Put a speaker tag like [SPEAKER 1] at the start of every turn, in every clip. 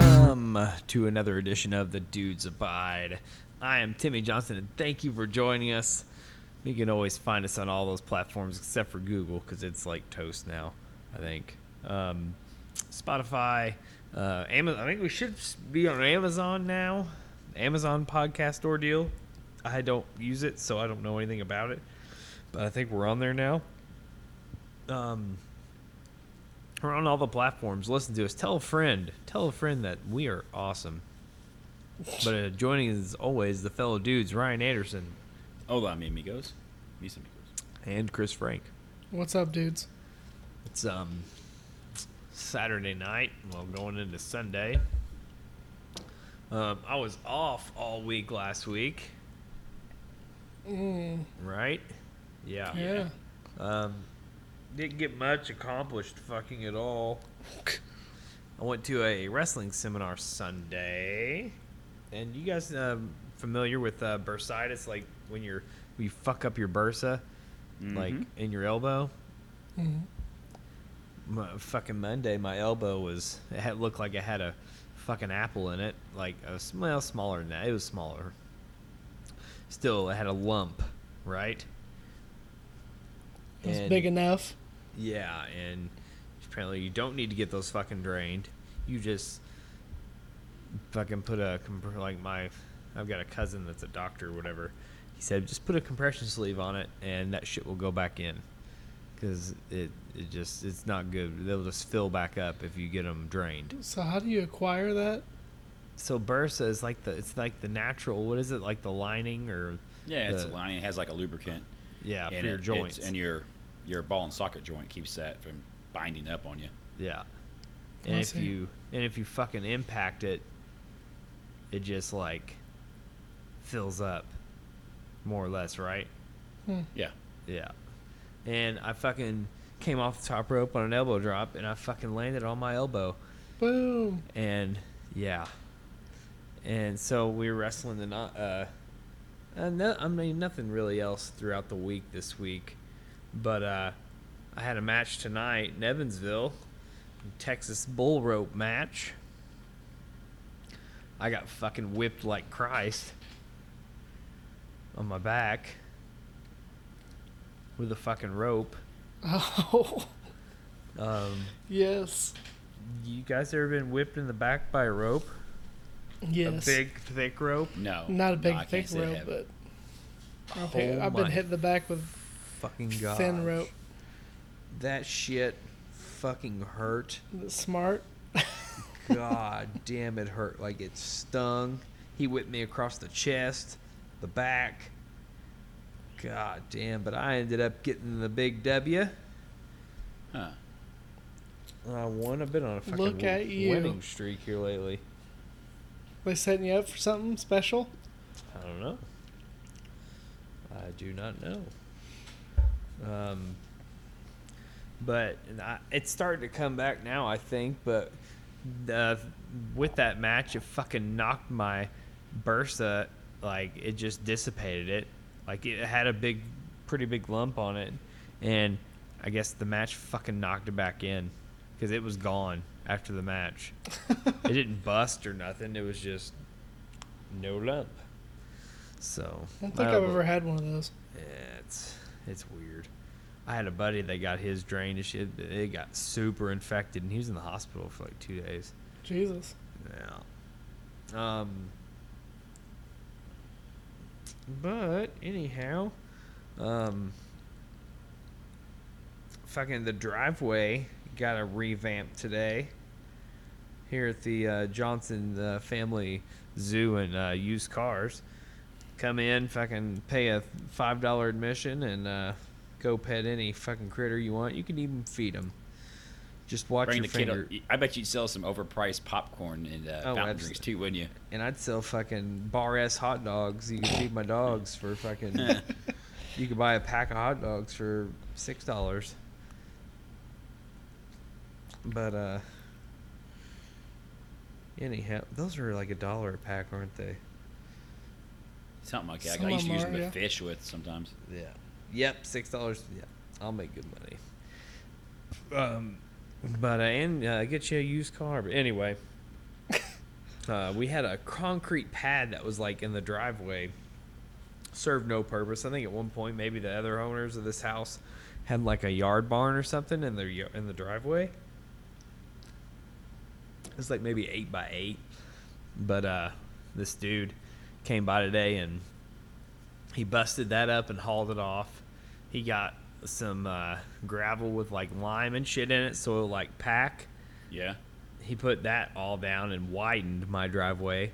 [SPEAKER 1] Arizona, to another edition of The Dudes Abide. I am Timmy Johnson, and thank you for joining us. You can always find us on all those platforms except for Google, because it's like toast now, I think. Um, Spotify, uh, Amazon. I think we should be on Amazon now. Amazon podcast ordeal. I don't use it, so I don't know anything about it. But I think we're on there now. Um, we're on all the platforms. Listen to us. Tell a friend. Tell a friend that we are awesome. But uh, joining us as always the fellow dudes Ryan Anderson
[SPEAKER 2] Hola, mi amigos. Mis amigos.
[SPEAKER 1] and Chris Frank.
[SPEAKER 3] What's up, dudes?
[SPEAKER 1] It's um Saturday night. Well, going into Sunday. Um, I was off all week last week. Right? Oh, Yeah.
[SPEAKER 3] Yeah.
[SPEAKER 1] Um, didn't get much accomplished, fucking at all. I went to a wrestling seminar Sunday, and you guys um, familiar with uh, bursitis? Like when you're when you fuck up your bursa, like
[SPEAKER 2] Mhm.
[SPEAKER 1] in your elbow.
[SPEAKER 3] Mhm.
[SPEAKER 1] My, fucking Monday, my elbow was it had, looked like it had a fucking apple in it, like a well smaller than that. It was smaller. Still, it had a lump, right?
[SPEAKER 3] It's
[SPEAKER 1] And-
[SPEAKER 3] big enough.
[SPEAKER 1] yeah, and apparently you don't need to get those fucking drained. You just fucking put a comp- like my I've got a cousin that's a doctor or whatever. He said just put a compression sleeve on it and that shit will go back in cuz it it just it's not good. They'll just fill back up if you get them drained.
[SPEAKER 3] So how do you acquire that?
[SPEAKER 1] So bursa is like the it's like the natural what is it like the lining or
[SPEAKER 2] Yeah, it's
[SPEAKER 1] the-
[SPEAKER 2] a line. It has like a lubricant.
[SPEAKER 1] yeah,
[SPEAKER 2] and
[SPEAKER 1] for your
[SPEAKER 2] it- it's-
[SPEAKER 1] joints.
[SPEAKER 2] And your your ball and socket joint keeps that from binding up on you.
[SPEAKER 1] Yeah.
[SPEAKER 3] I
[SPEAKER 1] And if
[SPEAKER 3] see.
[SPEAKER 1] you and if you fucking impact it, it just like fills up more or less, right?
[SPEAKER 2] Yeah.
[SPEAKER 1] Yeah. And I fucking came off the top rope on an elbow drop and I fucking landed on my elbow
[SPEAKER 3] Boom.
[SPEAKER 1] and yeah. And so we were wrestling the not uh and no, I mean nothing really else throughout the week this week. But uh I had a match tonight in Evansville, Texas bull rope match. I got fucking whipped like Christ on my back with a fucking rope.
[SPEAKER 3] Oh,
[SPEAKER 1] Um
[SPEAKER 3] yes.
[SPEAKER 1] you guys ever been whipped in the back by a rope? A
[SPEAKER 3] Yes.
[SPEAKER 1] big thick rope?
[SPEAKER 2] No.
[SPEAKER 3] Not a
[SPEAKER 2] no,
[SPEAKER 3] big
[SPEAKER 2] I can't
[SPEAKER 3] thick
[SPEAKER 2] say I
[SPEAKER 3] rope,
[SPEAKER 2] have.
[SPEAKER 3] but I've,
[SPEAKER 1] Oh
[SPEAKER 3] hit- I've been
[SPEAKER 1] my
[SPEAKER 3] hit in the back with
[SPEAKER 1] fucking god.
[SPEAKER 3] thin rope.
[SPEAKER 1] That shit fucking hurt.
[SPEAKER 3] Smart.
[SPEAKER 1] God damn it hurt. Like it stung. He whipped me across the chest, the back. God damn, but I ended up getting the big W.
[SPEAKER 2] Huh.
[SPEAKER 1] I won. I've been on a fucking
[SPEAKER 3] Look at you.
[SPEAKER 1] winning streak here lately.
[SPEAKER 3] They setting you up for something special?
[SPEAKER 1] I don't know. I do not know. Um, but and I, it's starting to come back now, I think. But the, with that match, it fucking knocked my bursa. Like it just dissipated it. Like it had a big, pretty big lump on it, and I guess the match fucking knocked it back in because it was gone after the match. it didn't bust or nothing. It was just no lump. So
[SPEAKER 3] I don't think I've ever had one of those.
[SPEAKER 1] yeah, it's it's weird. I had a buddy that got his drained and shit. but It got super infected, and he was in the hospital for like two days.
[SPEAKER 3] Jesus.
[SPEAKER 1] Yeah. Um. But anyhow, um, fucking the driveway got a revamp today. Here at the uh, Johnson uh, Family Zoo and uh, used cars, come in, fucking pay a five dollar admission and uh, go pet any fucking critter you want. You can even feed them. Just watch
[SPEAKER 2] Bring
[SPEAKER 1] your
[SPEAKER 2] the kid
[SPEAKER 1] finger.
[SPEAKER 2] up. I bet you'd sell some overpriced popcorn and uh,
[SPEAKER 1] Oh,
[SPEAKER 2] fountain
[SPEAKER 1] abs-
[SPEAKER 2] drinks too, wouldn't you?
[SPEAKER 1] and I'd sell fucking bar ass hot dogs. You could feed my dogs for fucking. you could buy a pack of hot dogs for six dollars. But uh. Anyhow, those are like a dollar a pack, aren't they?
[SPEAKER 2] Something like that.
[SPEAKER 3] Some
[SPEAKER 2] I used to
[SPEAKER 3] of
[SPEAKER 2] use
[SPEAKER 3] them
[SPEAKER 2] them
[SPEAKER 3] are,
[SPEAKER 2] to
[SPEAKER 3] yeah.
[SPEAKER 2] fish with sometimes.
[SPEAKER 1] Yeah. Yep, six dollars. Yeah, I'll make good money. Um, but uh, and uh, get you a used car. But anyway, uh, we had a concrete pad that was like in the driveway served no purpose i think at one point maybe the other owners of this house had like a yard barn or something in their y- in the driveway it's like maybe eight by eight but uh this dude came by today and he busted that up and hauled it off he got some uh, gravel with like lime and shit in it so it'll like pack
[SPEAKER 2] Yeah.
[SPEAKER 1] he put that all down and widened my driveway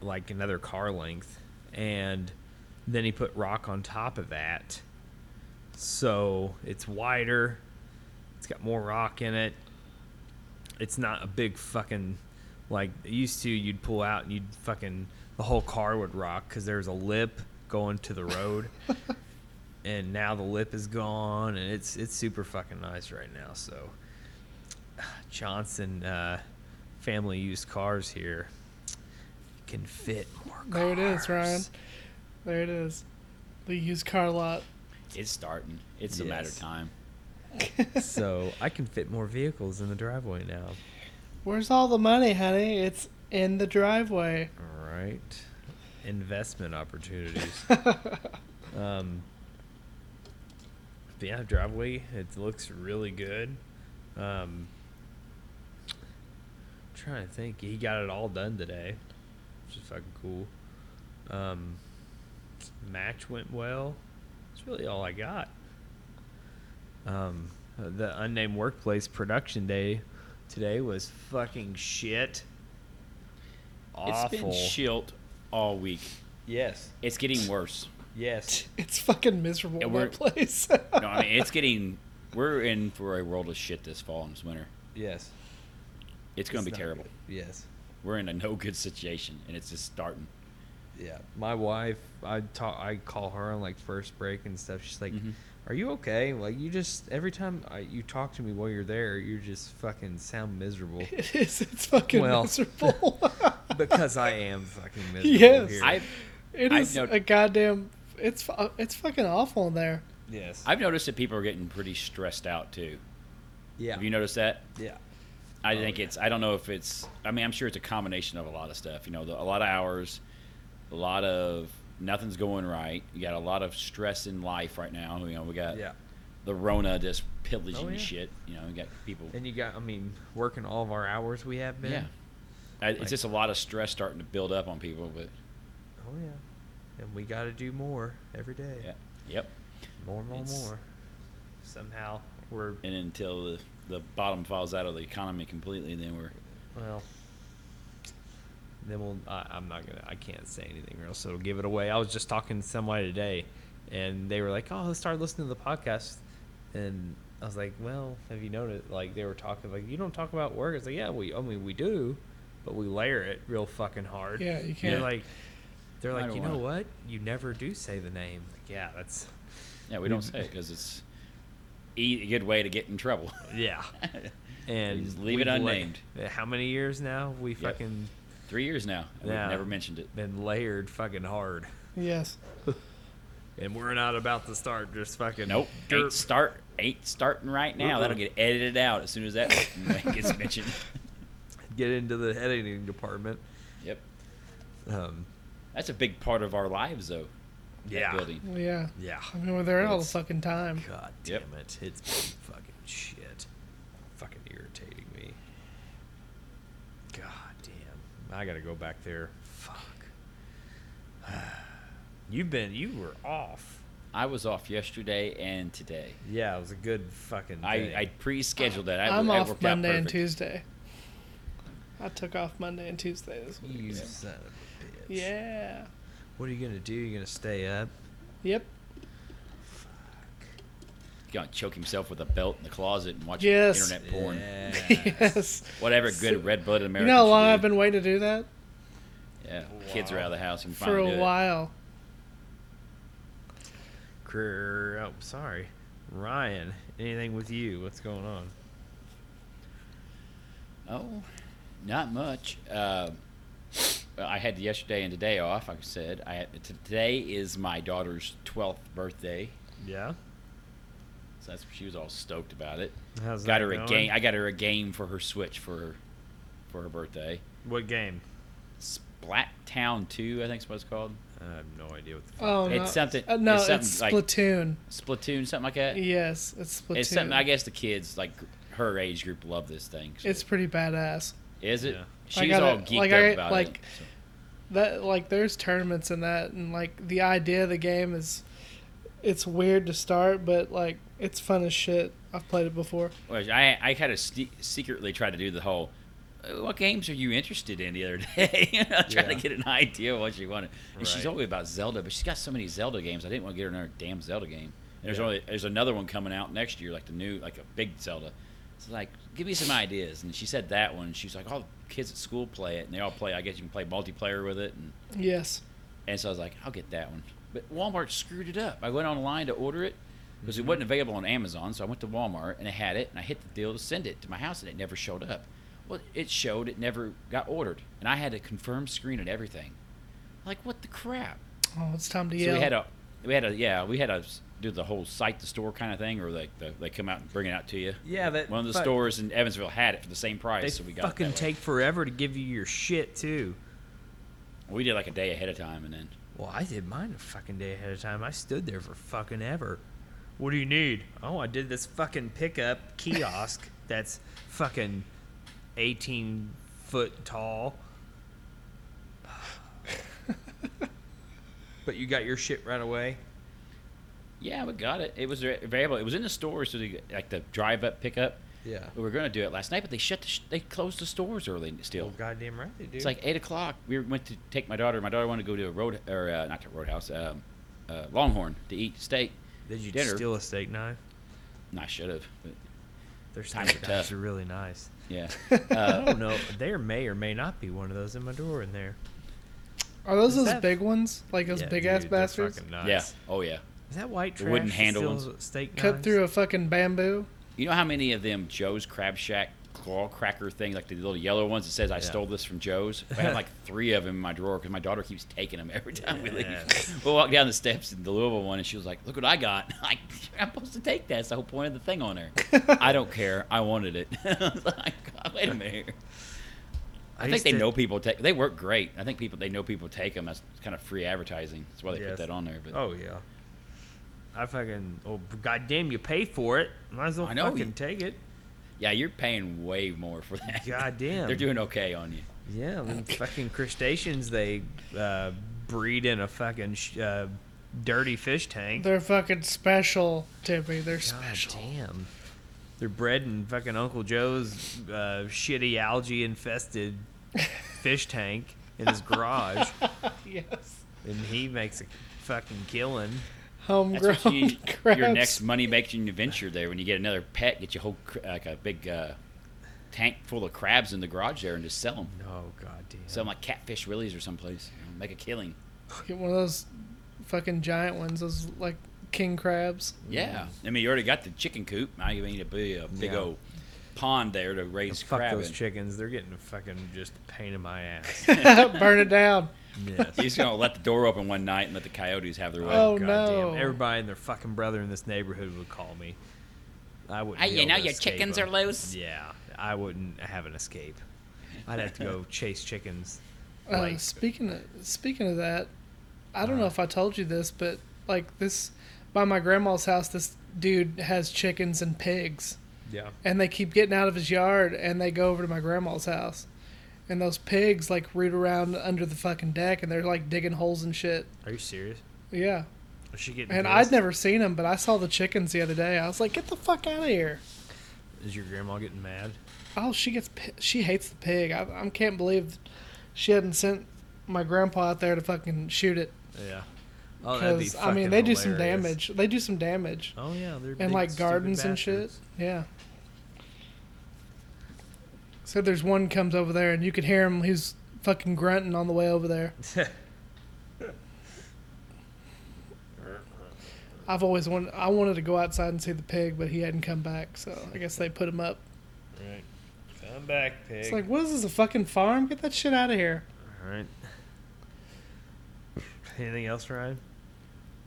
[SPEAKER 1] like another car length and then he put rock on top of that so it's wider it's got more rock in it it's not a big fucking like it used to you'd pull out and you'd fucking the whole car would rock because there's a lip going to the road and now the lip is gone and it's it's super fucking nice right now so Johnson uh, family used cars here can fit more cars.
[SPEAKER 3] There it is, Ryan. There it is. The used car lot.
[SPEAKER 2] It's starting. It's a matter
[SPEAKER 1] Yes.
[SPEAKER 2] of time.
[SPEAKER 1] so I can fit more vehicles in the driveway now.
[SPEAKER 3] Where's all the money, honey? It's in the driveway.
[SPEAKER 1] All right. Investment opportunities. um, but yeah, driveway, it looks really good. Um, trying to think. He got it all done today, which is fucking cool. Um, match went well. That's really all I got. Um, the unnamed workplace production day today was fucking shit. Awful.
[SPEAKER 2] It's been shilt all week.
[SPEAKER 1] Yes.
[SPEAKER 2] It's getting worse.
[SPEAKER 1] Yes.
[SPEAKER 3] It's fucking miserable
[SPEAKER 2] It
[SPEAKER 3] in
[SPEAKER 2] worked.
[SPEAKER 3] that place.
[SPEAKER 2] No, I mean it's getting. We're in for a world of shit this fall and this winter.
[SPEAKER 1] Yes.
[SPEAKER 2] It's going
[SPEAKER 1] It's
[SPEAKER 2] to be
[SPEAKER 1] not
[SPEAKER 2] terrible.
[SPEAKER 1] good. Yes.
[SPEAKER 2] We're in a no good situation, and it's just starting.
[SPEAKER 1] Yeah. My wife, I talk, I call her on like first break and stuff. She's like,
[SPEAKER 2] Mhm.
[SPEAKER 1] "Are you okay? Like you just every time I, you talk to me while you're there, you just fucking sound miserable."
[SPEAKER 3] it is. It's fucking
[SPEAKER 1] Well.
[SPEAKER 3] miserable.
[SPEAKER 1] because I am fucking miserable
[SPEAKER 3] Yes.
[SPEAKER 1] here.
[SPEAKER 2] I've
[SPEAKER 3] it
[SPEAKER 2] I've
[SPEAKER 3] is
[SPEAKER 2] no-
[SPEAKER 3] a goddamn. It's fu- it's fucking awful in there.
[SPEAKER 1] yes.
[SPEAKER 2] I've noticed that people are getting pretty stressed out too.
[SPEAKER 1] yeah.
[SPEAKER 2] Have you noticed that?
[SPEAKER 1] yeah.
[SPEAKER 2] I
[SPEAKER 1] Oh,
[SPEAKER 2] think
[SPEAKER 1] yeah.
[SPEAKER 2] it's. I don't know if it's. I mean, I'm sure it's a combination of a lot of stuff. You know, the, a lot of hours, a lot of nothing's going right. You got a lot of stress in life right now. You know, we got
[SPEAKER 1] Yeah.
[SPEAKER 2] the Rona just pillaging
[SPEAKER 1] Oh, yeah.
[SPEAKER 2] shit. You know, we got people.
[SPEAKER 1] And you got, I mean, working all of our hours we have been.
[SPEAKER 2] yeah, I,
[SPEAKER 1] Like-
[SPEAKER 2] it's just a lot of stress starting to build up on people. But
[SPEAKER 1] Oh yeah. And we got to do more every day.
[SPEAKER 2] yeah, yep.
[SPEAKER 1] More, more,
[SPEAKER 2] It's-
[SPEAKER 1] more. Somehow we're
[SPEAKER 2] And until the, the bottom falls out of the economy completely, then we're
[SPEAKER 1] Well, then we'll. I, I'm not gonna. I can't say anything real, so give it away. I was just talking to somebody today, and they were like, "Oh, let's start listening to the podcast," and I was like, "Well, have you noticed?" Like they were talking, like you don't talk about work. It's like, yeah, we. I mean, we do, but we layer it real fucking hard.
[SPEAKER 3] Yeah, you
[SPEAKER 1] They're
[SPEAKER 3] can't.
[SPEAKER 1] like, they're
[SPEAKER 2] I
[SPEAKER 1] like,
[SPEAKER 2] don't
[SPEAKER 1] you know
[SPEAKER 2] wanna-
[SPEAKER 1] what? You never do say the name. Like, yeah, that's.
[SPEAKER 2] yeah we
[SPEAKER 1] We-
[SPEAKER 2] don't say it because it's e- a good way to get in trouble.
[SPEAKER 1] Yeah. And
[SPEAKER 2] just leave
[SPEAKER 1] we've
[SPEAKER 2] it
[SPEAKER 1] la-
[SPEAKER 2] unnamed.
[SPEAKER 1] how many years now? We
[SPEAKER 2] Yep.
[SPEAKER 1] fucking
[SPEAKER 2] Three years now, and
[SPEAKER 1] Yeah.
[SPEAKER 2] we've never mentioned it.
[SPEAKER 1] been layered fucking hard.
[SPEAKER 3] Yes.
[SPEAKER 1] And we're not about to start just fucking.
[SPEAKER 2] Nope. Ain't
[SPEAKER 1] derp.
[SPEAKER 2] start ain't starting right now.
[SPEAKER 1] Mm-mm.
[SPEAKER 2] That'll get edited out as soon as that gets mentioned.
[SPEAKER 1] Get into the editing department.
[SPEAKER 2] Yep.
[SPEAKER 1] Um,
[SPEAKER 2] That's a big part of our lives though. that
[SPEAKER 1] Yeah.
[SPEAKER 2] building.
[SPEAKER 3] Well, yeah.
[SPEAKER 1] yeah.
[SPEAKER 3] I mean, we're there all the
[SPEAKER 1] It's-
[SPEAKER 3] fucking time.
[SPEAKER 1] God damn
[SPEAKER 2] Yep.
[SPEAKER 1] it. It's been fucking shit. Fucking irritating me. God damn. I gotta go back there. Fuck. You've been, you were off.
[SPEAKER 2] I was off yesterday and today.
[SPEAKER 1] Yeah, it was a good fucking
[SPEAKER 2] I,
[SPEAKER 1] day.
[SPEAKER 2] I pre-scheduled that. I,
[SPEAKER 3] I'm
[SPEAKER 2] I
[SPEAKER 3] off
[SPEAKER 2] worked
[SPEAKER 3] Monday
[SPEAKER 2] out
[SPEAKER 3] and
[SPEAKER 2] perfect.
[SPEAKER 3] Tuesday. I took off Monday and Tuesday this week.
[SPEAKER 1] You
[SPEAKER 2] Yeah.
[SPEAKER 1] son of a bitch.
[SPEAKER 3] Yeah.
[SPEAKER 1] What are you gonna do? You gonna stay up?
[SPEAKER 3] Yep.
[SPEAKER 2] Gonna choke himself with a belt in the closet and watch
[SPEAKER 3] Yes.
[SPEAKER 2] internet porn.
[SPEAKER 3] yes.
[SPEAKER 2] Whatever
[SPEAKER 3] So-
[SPEAKER 2] good red-blooded
[SPEAKER 3] You
[SPEAKER 2] American.
[SPEAKER 3] know how long
[SPEAKER 2] should
[SPEAKER 3] I've
[SPEAKER 2] do.
[SPEAKER 3] been waiting to do that?
[SPEAKER 2] Yeah, kids are out of the house. You can
[SPEAKER 3] For
[SPEAKER 2] finally
[SPEAKER 3] a
[SPEAKER 2] do it.
[SPEAKER 3] while.
[SPEAKER 1] Career. Oh, sorry, Ryan. Anything with you? What's going on?
[SPEAKER 2] Oh, not much. Uh, well, I had yesterday and today off. Like I said, I had, t- today is my daughter's twelfth birthday,
[SPEAKER 1] Yeah.
[SPEAKER 2] so that's she was all stoked about it.
[SPEAKER 1] How's
[SPEAKER 2] got
[SPEAKER 1] that
[SPEAKER 2] her a
[SPEAKER 1] going?
[SPEAKER 2] game. I got her a game for her Switch for her for her birthday.
[SPEAKER 1] What game?
[SPEAKER 2] Splat Town Two, I think is what it's called.
[SPEAKER 1] I have no idea what the. Fuck.
[SPEAKER 3] Oh, no.
[SPEAKER 2] It's something-
[SPEAKER 3] Uh, no,
[SPEAKER 2] it's
[SPEAKER 3] it's,
[SPEAKER 2] something like-
[SPEAKER 3] Splatoon.
[SPEAKER 2] Splatoon, something like that.
[SPEAKER 3] Yes, it's Splatoon.
[SPEAKER 2] It's something. I guess the kids like her age group love this thing. so-
[SPEAKER 3] It's pretty badass.
[SPEAKER 2] is it?
[SPEAKER 1] Yeah.
[SPEAKER 2] She's
[SPEAKER 3] I gotta-
[SPEAKER 2] all geeked
[SPEAKER 3] like,
[SPEAKER 2] up
[SPEAKER 3] I-
[SPEAKER 2] about
[SPEAKER 3] like,
[SPEAKER 2] it. so.
[SPEAKER 3] That like there's tournaments in that, and like the idea of the game is, it's weird to start, but like it's fun as shit. I've played it before.
[SPEAKER 2] Well, I I kind of sne- secretly tried to do the whole. "Uh, What games are you interested in? The other day, you know, trying to
[SPEAKER 1] Yeah.
[SPEAKER 2] get an idea of what she wanted. And she's
[SPEAKER 1] Right.
[SPEAKER 2] always about Zelda, but she's got so many Zelda games. I didn't want to get her another damn Zelda game. And there's
[SPEAKER 1] Yeah.
[SPEAKER 2] only there's another one coming out next year, like the new like a big Zelda. It's like give me some ideas. And she said that one. She was like, all the kids at school play it, and they all play. I guess you can play multiplayer with it. And
[SPEAKER 3] Yes.
[SPEAKER 2] and so I was like, I'll get that one. But Walmart screwed it up. I went online to order it because
[SPEAKER 1] Mm-hmm.
[SPEAKER 2] it wasn't available on Amazon. So I went to Walmart and I had it and I hit the deal to send it to my house and it never showed up. Well, it showed it never got ordered. And I had a confirm screen and everything. Like, what the crap?
[SPEAKER 3] Oh, it's time to
[SPEAKER 2] So
[SPEAKER 3] yell.
[SPEAKER 2] we had a, we had a, yeah, we had to s- do the whole site to store kind of thing, or like the, they come out and bring it out to you.
[SPEAKER 1] Yeah, that
[SPEAKER 2] one of the
[SPEAKER 1] fuck-
[SPEAKER 2] stores in Evansville had it for the same price,
[SPEAKER 1] They
[SPEAKER 2] so we got it
[SPEAKER 1] fucking
[SPEAKER 2] that way.
[SPEAKER 1] take forever to give you your shit too.
[SPEAKER 2] We did like a day ahead of time, and then
[SPEAKER 1] Well, I did mine a fucking day ahead of time. I stood there for fucking ever. What do you need? Oh, I did this fucking pickup kiosk that's fucking 18 foot tall. but you got your shit right away?
[SPEAKER 2] Yeah, we got it. It was available. It was in the stores, so they, like the drive up pickup.
[SPEAKER 1] Yeah.
[SPEAKER 2] We were going to do it last night, but they shut. The sh- they closed the stores early still.
[SPEAKER 1] Well, goddamn right they do.
[SPEAKER 2] it's like eight o'clock. We went to take my daughter. My daughter wanted to go to a road or uh, not to a roadhouse, um, uh, Longhorn to eat steak.
[SPEAKER 1] did you
[SPEAKER 2] dinner.
[SPEAKER 1] steal a steak knife?
[SPEAKER 2] And I should have. but
[SPEAKER 1] Their
[SPEAKER 2] Times
[SPEAKER 1] steak
[SPEAKER 2] are
[SPEAKER 1] knives
[SPEAKER 2] tough.
[SPEAKER 1] are really nice.
[SPEAKER 2] Yeah.
[SPEAKER 1] I
[SPEAKER 2] uh,
[SPEAKER 1] don't know. There may or may not be one of those in my door in there.
[SPEAKER 3] Are those
[SPEAKER 1] Is
[SPEAKER 3] those
[SPEAKER 1] that-
[SPEAKER 3] big ones? Like those
[SPEAKER 1] Yeah,
[SPEAKER 3] big ass
[SPEAKER 1] dude, they're
[SPEAKER 3] bastards?
[SPEAKER 1] fucking nice.
[SPEAKER 2] yeah. Oh yeah.
[SPEAKER 1] Is that white
[SPEAKER 2] The
[SPEAKER 1] trash?
[SPEAKER 2] wooden
[SPEAKER 1] that
[SPEAKER 2] handle
[SPEAKER 1] steals
[SPEAKER 2] ones.
[SPEAKER 1] Steak
[SPEAKER 3] Cut
[SPEAKER 1] knives?
[SPEAKER 3] through a fucking bamboo.
[SPEAKER 2] You know how many of them Joe's Crab Shack claw cracker things, like the little yellow ones that says "I
[SPEAKER 1] Yeah.
[SPEAKER 2] stole this from Joe's." I have like three of them in my drawer because my daughter keeps taking them every time we
[SPEAKER 1] Yes.
[SPEAKER 2] leave. We'll walk down the steps in the Louisville one, and she was like, "Look what I got! Like, I'm supposed to take that. That's the whole point of the thing on her. I don't care. I wanted it. I was like, "God, wait a minute. I, think
[SPEAKER 1] used
[SPEAKER 2] they
[SPEAKER 1] to-
[SPEAKER 2] know people take. They work great. I think people they know people take them. That's kind of free advertising. That's why they
[SPEAKER 1] Yes.
[SPEAKER 2] put that on there. But
[SPEAKER 1] Oh yeah. I fucking oh goddamn! You pay for it. Might as well
[SPEAKER 2] I know,
[SPEAKER 1] fucking
[SPEAKER 2] you-
[SPEAKER 1] take it.
[SPEAKER 2] yeah, you're paying way more for that.
[SPEAKER 1] Goddamn.
[SPEAKER 2] they're doing okay on you.
[SPEAKER 1] Yeah, them fucking crustaceans they uh, breed in a fucking sh- uh, dirty fish tank.
[SPEAKER 3] They're fucking special, Tippy. They're
[SPEAKER 1] God
[SPEAKER 3] special.
[SPEAKER 1] damn. They're bred in fucking Uncle Joe's uh, shitty algae infested fish tank in his garage,
[SPEAKER 3] Yes.
[SPEAKER 1] and he makes a fucking killing.
[SPEAKER 2] That's what you,
[SPEAKER 3] Homegrown crabs.
[SPEAKER 2] your next money making venture there. When you get another pet, get your whole cr- like a big uh, tank full of crabs in the garage there and just sell them.
[SPEAKER 1] No goddamn.
[SPEAKER 2] Sell them like catfish willies or someplace. you know, Make a killing.
[SPEAKER 3] Get one of those fucking giant ones. Those like king crabs.
[SPEAKER 1] Mm.
[SPEAKER 2] Yeah, I mean you already got the chicken coop. Now you need to be a big
[SPEAKER 1] Yeah.
[SPEAKER 2] old pond there to raise
[SPEAKER 1] fuck
[SPEAKER 2] crab.
[SPEAKER 1] those
[SPEAKER 2] in.
[SPEAKER 1] chickens. They're getting fucking just a pain in my ass.
[SPEAKER 3] Burn it down.
[SPEAKER 1] yes.
[SPEAKER 2] He's gonna let the door open one night and let the coyotes have their way.
[SPEAKER 3] Oh,
[SPEAKER 1] God
[SPEAKER 3] no.
[SPEAKER 1] damn. Everybody and their fucking brother in this neighborhood would call me. I wouldn't.
[SPEAKER 2] Hey,
[SPEAKER 1] be
[SPEAKER 2] you
[SPEAKER 1] able
[SPEAKER 2] know
[SPEAKER 1] to
[SPEAKER 2] your
[SPEAKER 1] escape
[SPEAKER 2] chickens
[SPEAKER 1] 'em.
[SPEAKER 2] are loose?
[SPEAKER 1] Yeah, I wouldn't have an escape. I'd have to go chase chickens.
[SPEAKER 3] Uh,
[SPEAKER 1] Like-
[SPEAKER 3] speaking of, speaking of that, I don't know
[SPEAKER 1] Uh.
[SPEAKER 3] if I told you this, but like this, by my grandma's house, this dude has chickens and pigs,
[SPEAKER 1] Yeah.
[SPEAKER 3] and they keep getting out of his yard, and they go over to my grandma's house, and those pigs like root around under the fucking deck, and they're like digging holes and shit.
[SPEAKER 1] Are you serious?
[SPEAKER 3] Yeah,
[SPEAKER 1] Is she getting?
[SPEAKER 3] and
[SPEAKER 1] pissed?
[SPEAKER 3] I'd never seen them, but I saw the chickens the other day. I was like, get the fuck out of here.
[SPEAKER 1] Is your grandma getting mad?
[SPEAKER 3] Oh, she gets pi- she hates the pig. I, I can't believe she hadn't sent my grandpa out there to fucking shoot it.
[SPEAKER 1] Yeah. Oh, that'd be
[SPEAKER 3] Because I mean,
[SPEAKER 1] fucking
[SPEAKER 3] they do some
[SPEAKER 1] hilarious.
[SPEAKER 3] damage. They do some damage,
[SPEAKER 1] Oh yeah, they're big,
[SPEAKER 3] and like
[SPEAKER 1] stupid
[SPEAKER 3] gardens and shit.
[SPEAKER 1] bastards.
[SPEAKER 3] Yeah. So there's one comes over there, and you can hear him. He's fucking grunting on the way over there. I've always wanted. I wanted to go outside and see the pig, but he hadn't come back. So I guess they put him up.
[SPEAKER 1] right. Come back, pig.
[SPEAKER 3] It's like, what is this? A fucking farm? Get that shit out of here.
[SPEAKER 1] All right. Anything else, Ryan?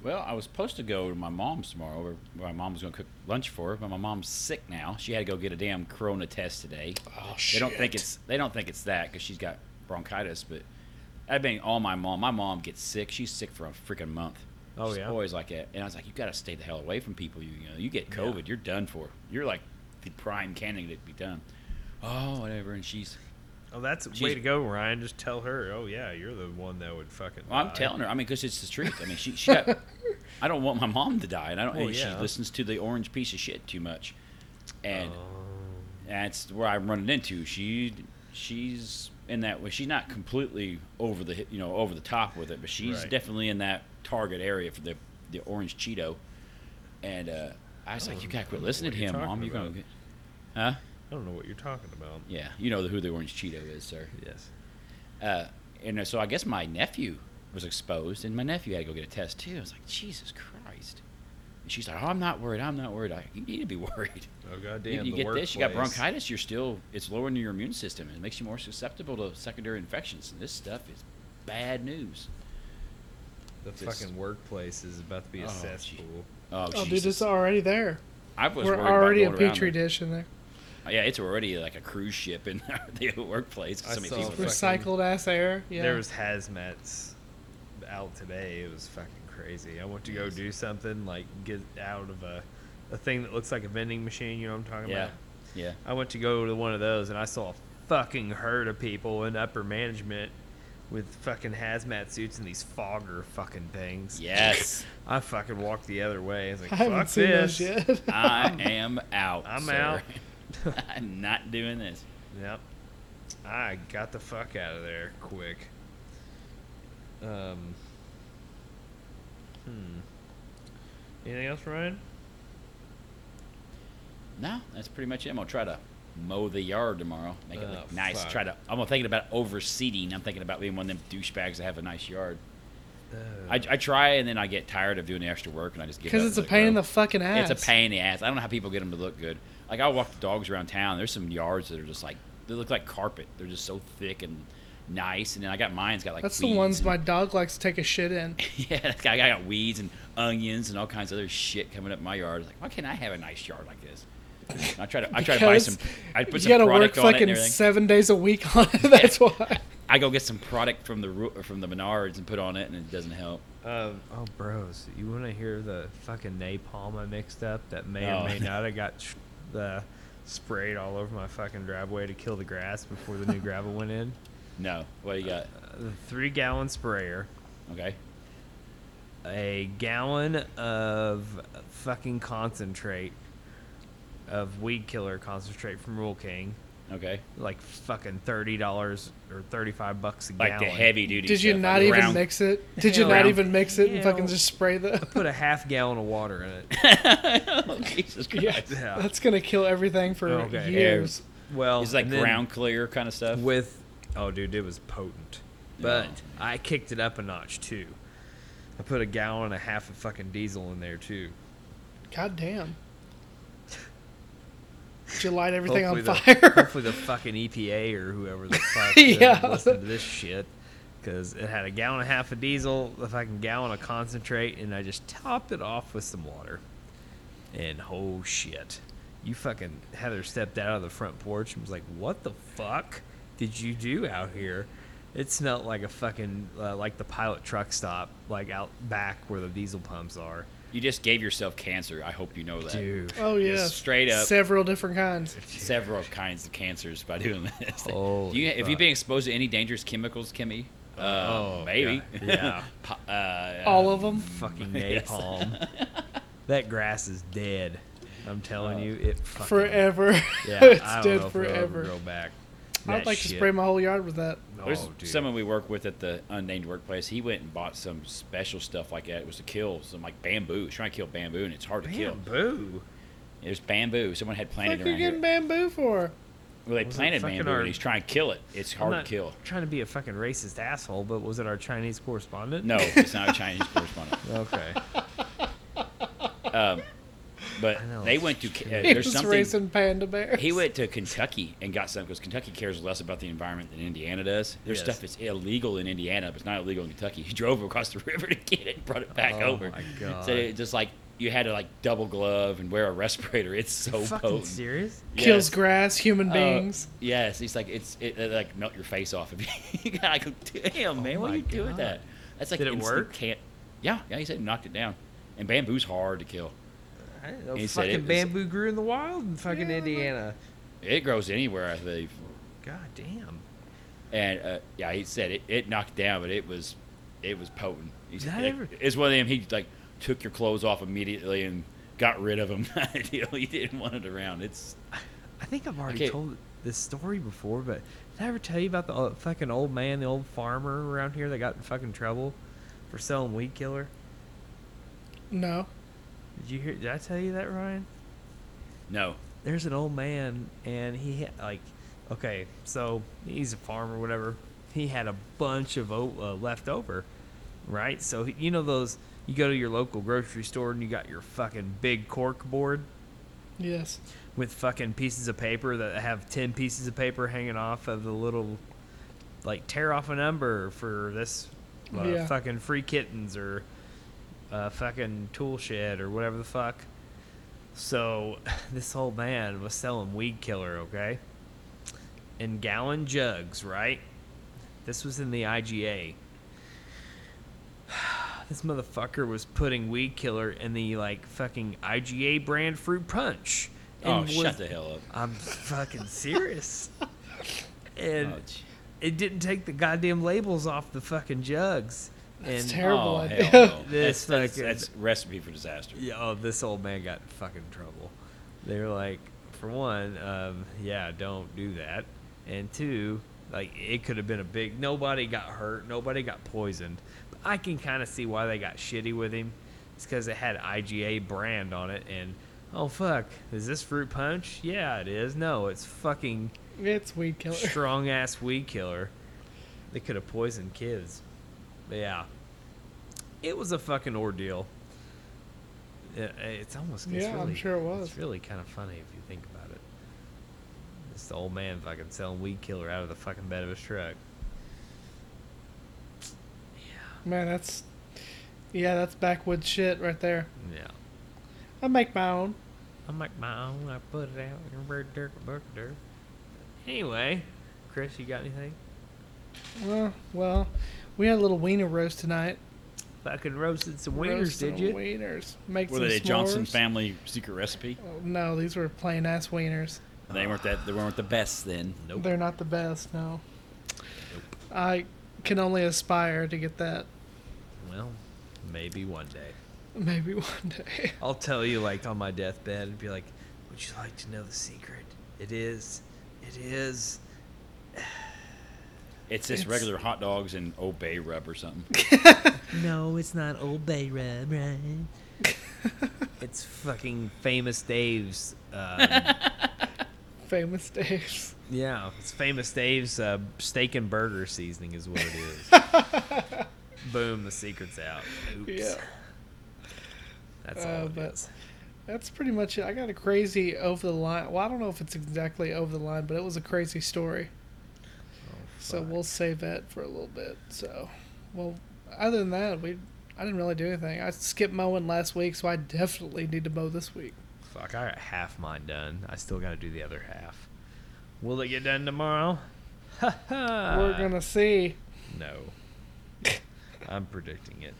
[SPEAKER 2] Well, I was supposed to go to my mom's tomorrow. Where my mom was going to cook lunch for her, but my mom's sick now. She had to go get a damn corona test today.
[SPEAKER 3] Oh
[SPEAKER 2] They
[SPEAKER 3] shit!
[SPEAKER 2] don't think it's they don't think it's that because she's got bronchitis. But that being all my mom, my mom gets sick. She's sick for a freaking month.
[SPEAKER 1] Oh,
[SPEAKER 2] She's
[SPEAKER 1] yeah?
[SPEAKER 2] always like that. And I was like, you got to stay the hell away from people. You, you know, you get COVID, you're done for. You're like the prime candidate to be done. Oh, whatever. And she's,
[SPEAKER 1] Oh, that's
[SPEAKER 2] She's-
[SPEAKER 1] way to go, Ryan. Just tell her. Oh yeah, you're the one that would fucking.
[SPEAKER 2] well, I'm
[SPEAKER 1] die."
[SPEAKER 2] telling her. I mean, because it's the truth. I mean, she, she got, I don't want my mom to die, and I don't.
[SPEAKER 1] Well,
[SPEAKER 2] and
[SPEAKER 1] yeah.
[SPEAKER 2] She listens to the orange piece of shit too much, and
[SPEAKER 1] Oh.
[SPEAKER 2] that's where I'm running into. She she's in that way. She's not completely over the you know over the top with it, but she's
[SPEAKER 1] Right.
[SPEAKER 2] definitely in that target area for the the orange Cheeto. And uh, I was
[SPEAKER 1] Oh, I
[SPEAKER 2] like, you
[SPEAKER 1] don't
[SPEAKER 2] gotta quit
[SPEAKER 1] know
[SPEAKER 2] listening
[SPEAKER 1] what
[SPEAKER 2] to
[SPEAKER 1] you're
[SPEAKER 2] him,
[SPEAKER 1] talking
[SPEAKER 2] mom. You're gonna
[SPEAKER 1] about."
[SPEAKER 2] get, huh?
[SPEAKER 1] I don't know what you're talking about.
[SPEAKER 2] Yeah, you know who the orange Cheeto is, sir.
[SPEAKER 1] Yes.
[SPEAKER 2] Uh, and uh, so I guess my nephew was exposed, and my nephew had to go get a test too. I was like, Jesus Christ. And she's like, Oh, I'm not worried. I'm not worried. I, you need to be worried.
[SPEAKER 1] Oh goddamn.
[SPEAKER 2] You- you
[SPEAKER 1] the
[SPEAKER 2] get this, you got
[SPEAKER 1] workplace.
[SPEAKER 2] bronchitis, you're still, it's lowering your immune system. and It makes you more susceptible to secondary infections. And this stuff is bad news.
[SPEAKER 1] The
[SPEAKER 2] Just-
[SPEAKER 1] fucking workplace is about to be a
[SPEAKER 2] Oh, gee.
[SPEAKER 1] cesspool.
[SPEAKER 2] Oh,
[SPEAKER 3] Oh, dude,
[SPEAKER 2] Jesus.
[SPEAKER 3] it's already there.
[SPEAKER 2] I was
[SPEAKER 3] We're
[SPEAKER 2] worried about
[SPEAKER 3] already a
[SPEAKER 2] going around
[SPEAKER 3] petri
[SPEAKER 2] there.
[SPEAKER 3] dish in there.
[SPEAKER 2] Yeah, it's already like a cruise ship in the workplace. 'cause
[SPEAKER 1] I
[SPEAKER 2] so many
[SPEAKER 1] saw
[SPEAKER 2] people.
[SPEAKER 1] Oh, fucking-
[SPEAKER 3] Recycled ass air. Yeah.
[SPEAKER 1] There was hazmats out today. It was fucking crazy. I went to go do something like get out of a a thing that looks like a vending machine. You know what I'm talking
[SPEAKER 2] yeah,
[SPEAKER 1] about?
[SPEAKER 2] yeah.
[SPEAKER 1] I went to go to one of those and I saw a fucking herd of people in upper management with fucking hazmat suits and these fogger fucking things.
[SPEAKER 2] Yes,
[SPEAKER 1] I fucking walked the other way. I was like,
[SPEAKER 3] I
[SPEAKER 1] fuck
[SPEAKER 3] haven't seen
[SPEAKER 1] this.
[SPEAKER 3] those yet.
[SPEAKER 2] I am out.
[SPEAKER 1] I'm
[SPEAKER 2] sir.
[SPEAKER 1] out.
[SPEAKER 2] I'm not doing this.
[SPEAKER 1] Yep. I got the fuck out of there quick. Um. Hmm. Anything else, Ryan?
[SPEAKER 2] No, that's pretty much it. I'm gonna try to mow the yard tomorrow, make it look
[SPEAKER 1] Oh,
[SPEAKER 2] nice.
[SPEAKER 1] fuck.
[SPEAKER 2] Try to. I'm thinking about overseeding. I'm thinking about being one of them douchebags that have a nice yard.
[SPEAKER 1] Uh,
[SPEAKER 2] I, I try and then I get tired of doing the extra work and I just give up.
[SPEAKER 3] Because
[SPEAKER 2] and
[SPEAKER 3] it's a
[SPEAKER 2] let it
[SPEAKER 3] pain in
[SPEAKER 2] grow.
[SPEAKER 3] the fucking ass.
[SPEAKER 2] It's a pain in the ass. I don't know how people get them to look good. Like I walk the dogs around town. There's some yards that are just like they look like carpet. They're just so thick and nice. And then I got mine's got like
[SPEAKER 3] That's the
[SPEAKER 2] weeds
[SPEAKER 3] ones
[SPEAKER 2] and-
[SPEAKER 3] my dog likes to take a shit in.
[SPEAKER 2] yeah. I got weeds and onions and all kinds of other shit coming up my yard. Like why can't I have a nice yard like this? And I try to I try to buy
[SPEAKER 3] Because
[SPEAKER 2] some. I put
[SPEAKER 3] you
[SPEAKER 2] some
[SPEAKER 3] gotta work
[SPEAKER 2] product on it and
[SPEAKER 3] fucking
[SPEAKER 2] everything.
[SPEAKER 3] seven days a week on it. That's why.
[SPEAKER 2] I go get some product from the ru- from the Menards and put on it and it doesn't help.
[SPEAKER 1] Um, oh, bros, you want to hear the fucking napalm I mixed up that may or
[SPEAKER 2] Oh.
[SPEAKER 1] may not have got sh- the sprayed all over my fucking driveway to kill the grass before the new gravel went in?
[SPEAKER 2] No. What do you got?
[SPEAKER 1] Uh, the three gallon sprayer,
[SPEAKER 2] Okay.
[SPEAKER 1] a gallon of fucking concentrate, of weed killer concentrate from Rule King,
[SPEAKER 2] Okay.
[SPEAKER 1] like fucking $30 or 35 bucks a
[SPEAKER 2] Like
[SPEAKER 1] gallon.
[SPEAKER 2] the heavy duty.
[SPEAKER 3] Did you
[SPEAKER 2] stuff,
[SPEAKER 3] not
[SPEAKER 2] like
[SPEAKER 3] even
[SPEAKER 2] round-
[SPEAKER 3] mix it? Did you
[SPEAKER 1] Hell.
[SPEAKER 3] not even mix it and
[SPEAKER 1] Hell.
[SPEAKER 3] fucking just spray the?
[SPEAKER 1] Put a half gallon of water in it.
[SPEAKER 2] Oh, Jesus Christ.
[SPEAKER 1] Yeah.
[SPEAKER 3] That's gonna kill everything for
[SPEAKER 1] Okay.
[SPEAKER 3] years.
[SPEAKER 1] Well,
[SPEAKER 2] It's like
[SPEAKER 1] and then-
[SPEAKER 2] ground clear kind of stuff.
[SPEAKER 1] with oh dude it was potent but
[SPEAKER 2] Yeah.
[SPEAKER 1] i kicked it up a notch too i put a gallon and a half of fucking diesel in there too
[SPEAKER 3] God damn. Did you light everything on
[SPEAKER 1] Hopefully the-
[SPEAKER 3] fire?
[SPEAKER 1] hopefully the fucking epa or whoever the fuck
[SPEAKER 3] Yeah.
[SPEAKER 1] yeah. listened to this shit because it had a gallon and a half of diesel a fucking gallon of concentrate and i just topped it off with some water and oh shit you fucking heather stepped out of the front porch and was like what the fuck did you do out here it smelled like a fucking uh, like the pilot truck stop like out back where the diesel pumps are
[SPEAKER 2] You just gave yourself cancer. I hope you know that.
[SPEAKER 1] dude
[SPEAKER 3] oh
[SPEAKER 2] Just
[SPEAKER 3] yeah.
[SPEAKER 2] Straight up,
[SPEAKER 3] Several different kinds.
[SPEAKER 2] several kinds of cancers by doing this.
[SPEAKER 1] Holy
[SPEAKER 2] Do you, have you
[SPEAKER 1] fuck.
[SPEAKER 2] been exposed to any dangerous chemicals, Kimmy? Uh,
[SPEAKER 1] Oh,
[SPEAKER 2] maybe.
[SPEAKER 1] God. Yeah.
[SPEAKER 2] Po- uh,
[SPEAKER 3] All of them.
[SPEAKER 1] fucking
[SPEAKER 2] Yes.
[SPEAKER 1] napalm. that grass is dead. I'm telling you, it fucking,
[SPEAKER 3] Forever.
[SPEAKER 1] Yeah, I
[SPEAKER 3] it's
[SPEAKER 1] don't know
[SPEAKER 3] dead
[SPEAKER 1] if it'll ever
[SPEAKER 3] forever.
[SPEAKER 1] Go back.
[SPEAKER 3] I'd
[SPEAKER 1] That
[SPEAKER 3] like to
[SPEAKER 1] shit.
[SPEAKER 3] spray my whole yard with that.
[SPEAKER 1] Oh,
[SPEAKER 2] There's
[SPEAKER 1] dude.
[SPEAKER 2] someone we work with at the unnamed workplace. He went and bought some special stuff like that. It was to kill some like bamboo. He's trying to kill bamboo, and it's hard to kill.
[SPEAKER 1] bamboo.
[SPEAKER 2] There's bamboo. Someone had
[SPEAKER 3] What
[SPEAKER 2] planted
[SPEAKER 3] are you
[SPEAKER 2] around here.
[SPEAKER 3] getting bamboo for?
[SPEAKER 2] well, they
[SPEAKER 1] Was it
[SPEAKER 2] planted
[SPEAKER 1] fucking
[SPEAKER 2] bamboo,
[SPEAKER 1] our-
[SPEAKER 2] and he's trying to kill it. It's
[SPEAKER 1] I'm
[SPEAKER 2] hard
[SPEAKER 1] not
[SPEAKER 2] to kill.
[SPEAKER 1] Trying to be a fucking racist asshole, but was it our Chinese correspondent?
[SPEAKER 2] No, it's not a Chinese correspondent.
[SPEAKER 1] Okay.
[SPEAKER 2] Um, But
[SPEAKER 1] I know,
[SPEAKER 2] they
[SPEAKER 1] it's
[SPEAKER 2] went to K- uh,
[SPEAKER 3] He
[SPEAKER 2] there's
[SPEAKER 3] was
[SPEAKER 2] something.
[SPEAKER 3] racing panda bears.
[SPEAKER 2] He went to Kentucky and got something because Kentucky cares less about the environment than Indiana does. There's
[SPEAKER 1] Yes.
[SPEAKER 2] stuff that's illegal in Indiana, but it's not illegal in Kentucky. He drove across the river to get it and brought it back
[SPEAKER 1] Oh,
[SPEAKER 2] over.
[SPEAKER 1] my God.
[SPEAKER 2] So it just like you had to like double glove and wear a respirator. It's so
[SPEAKER 1] fucking
[SPEAKER 2] potent.
[SPEAKER 1] serious?
[SPEAKER 3] kills
[SPEAKER 2] Yes.
[SPEAKER 3] grass, human
[SPEAKER 2] Uh,
[SPEAKER 3] beings.
[SPEAKER 2] yes, he's like it's it, it like melt your face off if you got like damn man, what
[SPEAKER 1] Oh my
[SPEAKER 2] are you doing with
[SPEAKER 1] God.
[SPEAKER 2] that? That's like
[SPEAKER 1] Did it
[SPEAKER 2] instant
[SPEAKER 1] work?
[SPEAKER 2] Can't. Yeah, yeah. He said he knocked it down, and bamboo's hard to kill.
[SPEAKER 1] I didn't know
[SPEAKER 2] He said
[SPEAKER 1] fucking
[SPEAKER 2] it was-
[SPEAKER 1] bamboo grew in the wild in fucking
[SPEAKER 3] Yeah, like-
[SPEAKER 1] Indiana.
[SPEAKER 2] It grows anywhere, I believe.
[SPEAKER 1] God damn.
[SPEAKER 2] And uh, yeah, he said it, it knocked down, but it was it was potent. He
[SPEAKER 1] Did
[SPEAKER 2] said,
[SPEAKER 1] I
[SPEAKER 2] like,
[SPEAKER 1] ever-
[SPEAKER 2] It's one of them. He like took your clothes off immediately and got rid of them. you know, he didn't want it around. It's
[SPEAKER 1] I think I've already
[SPEAKER 2] Okay.
[SPEAKER 1] told this story before, but did I ever tell you about the old, fucking old man, the old farmer around here that got in fucking trouble for selling weed killer?
[SPEAKER 3] No.
[SPEAKER 1] Did you hear? Did I tell you that, Ryan?
[SPEAKER 2] no.
[SPEAKER 1] there's an old man and he had like okay so he's a farmer whatever he had a bunch of o- uh, left over right so he- you know those you go to your local grocery store and you got your fucking big cork board
[SPEAKER 3] Yes.
[SPEAKER 1] with fucking pieces of paper that have 10 pieces of paper hanging off of the little like tear off a number for this uh,
[SPEAKER 3] Yeah.
[SPEAKER 1] fucking free kittens or uh, fucking tool shed or whatever the fuck so this old man was selling weed killer okay in gallon jugs right this was in the iga this motherfucker was putting weed killer in the like fucking iga brand fruit punch
[SPEAKER 2] Oh,
[SPEAKER 1] and was-
[SPEAKER 2] shut the hell up.
[SPEAKER 1] I'm fucking serious. and
[SPEAKER 2] Oh, gee.
[SPEAKER 1] it didn't take the goddamn labels off the fucking jugs.
[SPEAKER 3] That's
[SPEAKER 1] and
[SPEAKER 3] terrible.
[SPEAKER 2] Oh,
[SPEAKER 3] idea.
[SPEAKER 2] hell no.
[SPEAKER 1] This
[SPEAKER 2] That's, that's,
[SPEAKER 1] fucking-
[SPEAKER 2] that's recipe for disaster.
[SPEAKER 1] Yeah, oh, this old man got in fucking trouble. They were like, for one, um, yeah, don't do that. And two, like, it could have been a big. Nobody got hurt. Nobody got poisoned. But I can kind of see why they got shitty with him. It's because it had IGA brand on it. And, oh, fuck. Is this fruit punch? Yeah, it is. No, it's fucking
[SPEAKER 3] It's weed killer.
[SPEAKER 1] strong ass weed killer. They could have poisoned kids. But yeah. It was a fucking ordeal. It, it's almost it's
[SPEAKER 3] Yeah, I'm
[SPEAKER 1] really-
[SPEAKER 3] sure it
[SPEAKER 1] It's
[SPEAKER 3] was.
[SPEAKER 1] really kind of funny if you think about it. This old man fucking selling weed killer out of the fucking bed of his truck.
[SPEAKER 3] Man, that's yeah, that's backwoods shit right there.
[SPEAKER 1] Yeah.
[SPEAKER 3] I make my own.
[SPEAKER 1] I'm like my own. I put it out. and bird dirt, bird dirt. Anyway, Chris, you got anything?
[SPEAKER 3] Well, well, we had a little wiener roast tonight.
[SPEAKER 1] Fucking roasted some wieners,
[SPEAKER 3] Roasted
[SPEAKER 1] did you?
[SPEAKER 3] Wieners. Make
[SPEAKER 2] Were
[SPEAKER 3] some
[SPEAKER 2] they a Johnson
[SPEAKER 3] s'mores.
[SPEAKER 2] family secret recipe?
[SPEAKER 3] Oh, No, these were plain ass wieners.
[SPEAKER 2] They weren't that. They weren't the best then.
[SPEAKER 1] Nope.
[SPEAKER 3] They're not the best. No. I can only aspire to get that.
[SPEAKER 1] Well, maybe one day.
[SPEAKER 3] Maybe one day.
[SPEAKER 1] I'll tell you, like, on my deathbed, and be like, Would you like to know the secret? It is. It is.
[SPEAKER 2] It's just
[SPEAKER 3] It's-
[SPEAKER 2] regular hot dogs and Obey rub or something.
[SPEAKER 1] No, it's not Old Bay Rub, right? it's fucking Famous Dave's. Um,
[SPEAKER 3] Famous days.
[SPEAKER 1] yeah, it's Famous Dave's uh, steak and burger seasoning, is what it is. Boom, the secret's out. Oops.
[SPEAKER 3] Yeah.
[SPEAKER 1] That's
[SPEAKER 3] Uh,
[SPEAKER 1] all it
[SPEAKER 3] but-
[SPEAKER 1] is.
[SPEAKER 3] That's pretty much it. I got a crazy over the line. Well, I don't know if it's exactly over the line, but it was a crazy story. So
[SPEAKER 1] fuck.
[SPEAKER 3] we'll save that for a little bit. So, well, other than that, we I didn't really do anything. I skipped mowing last week, so I definitely need to mow this week.
[SPEAKER 1] Fuck, I got half mine done. I still got to do the other half. Will it get done tomorrow? Ha ha!
[SPEAKER 3] We're gonna see.
[SPEAKER 1] No. I'm predicting it.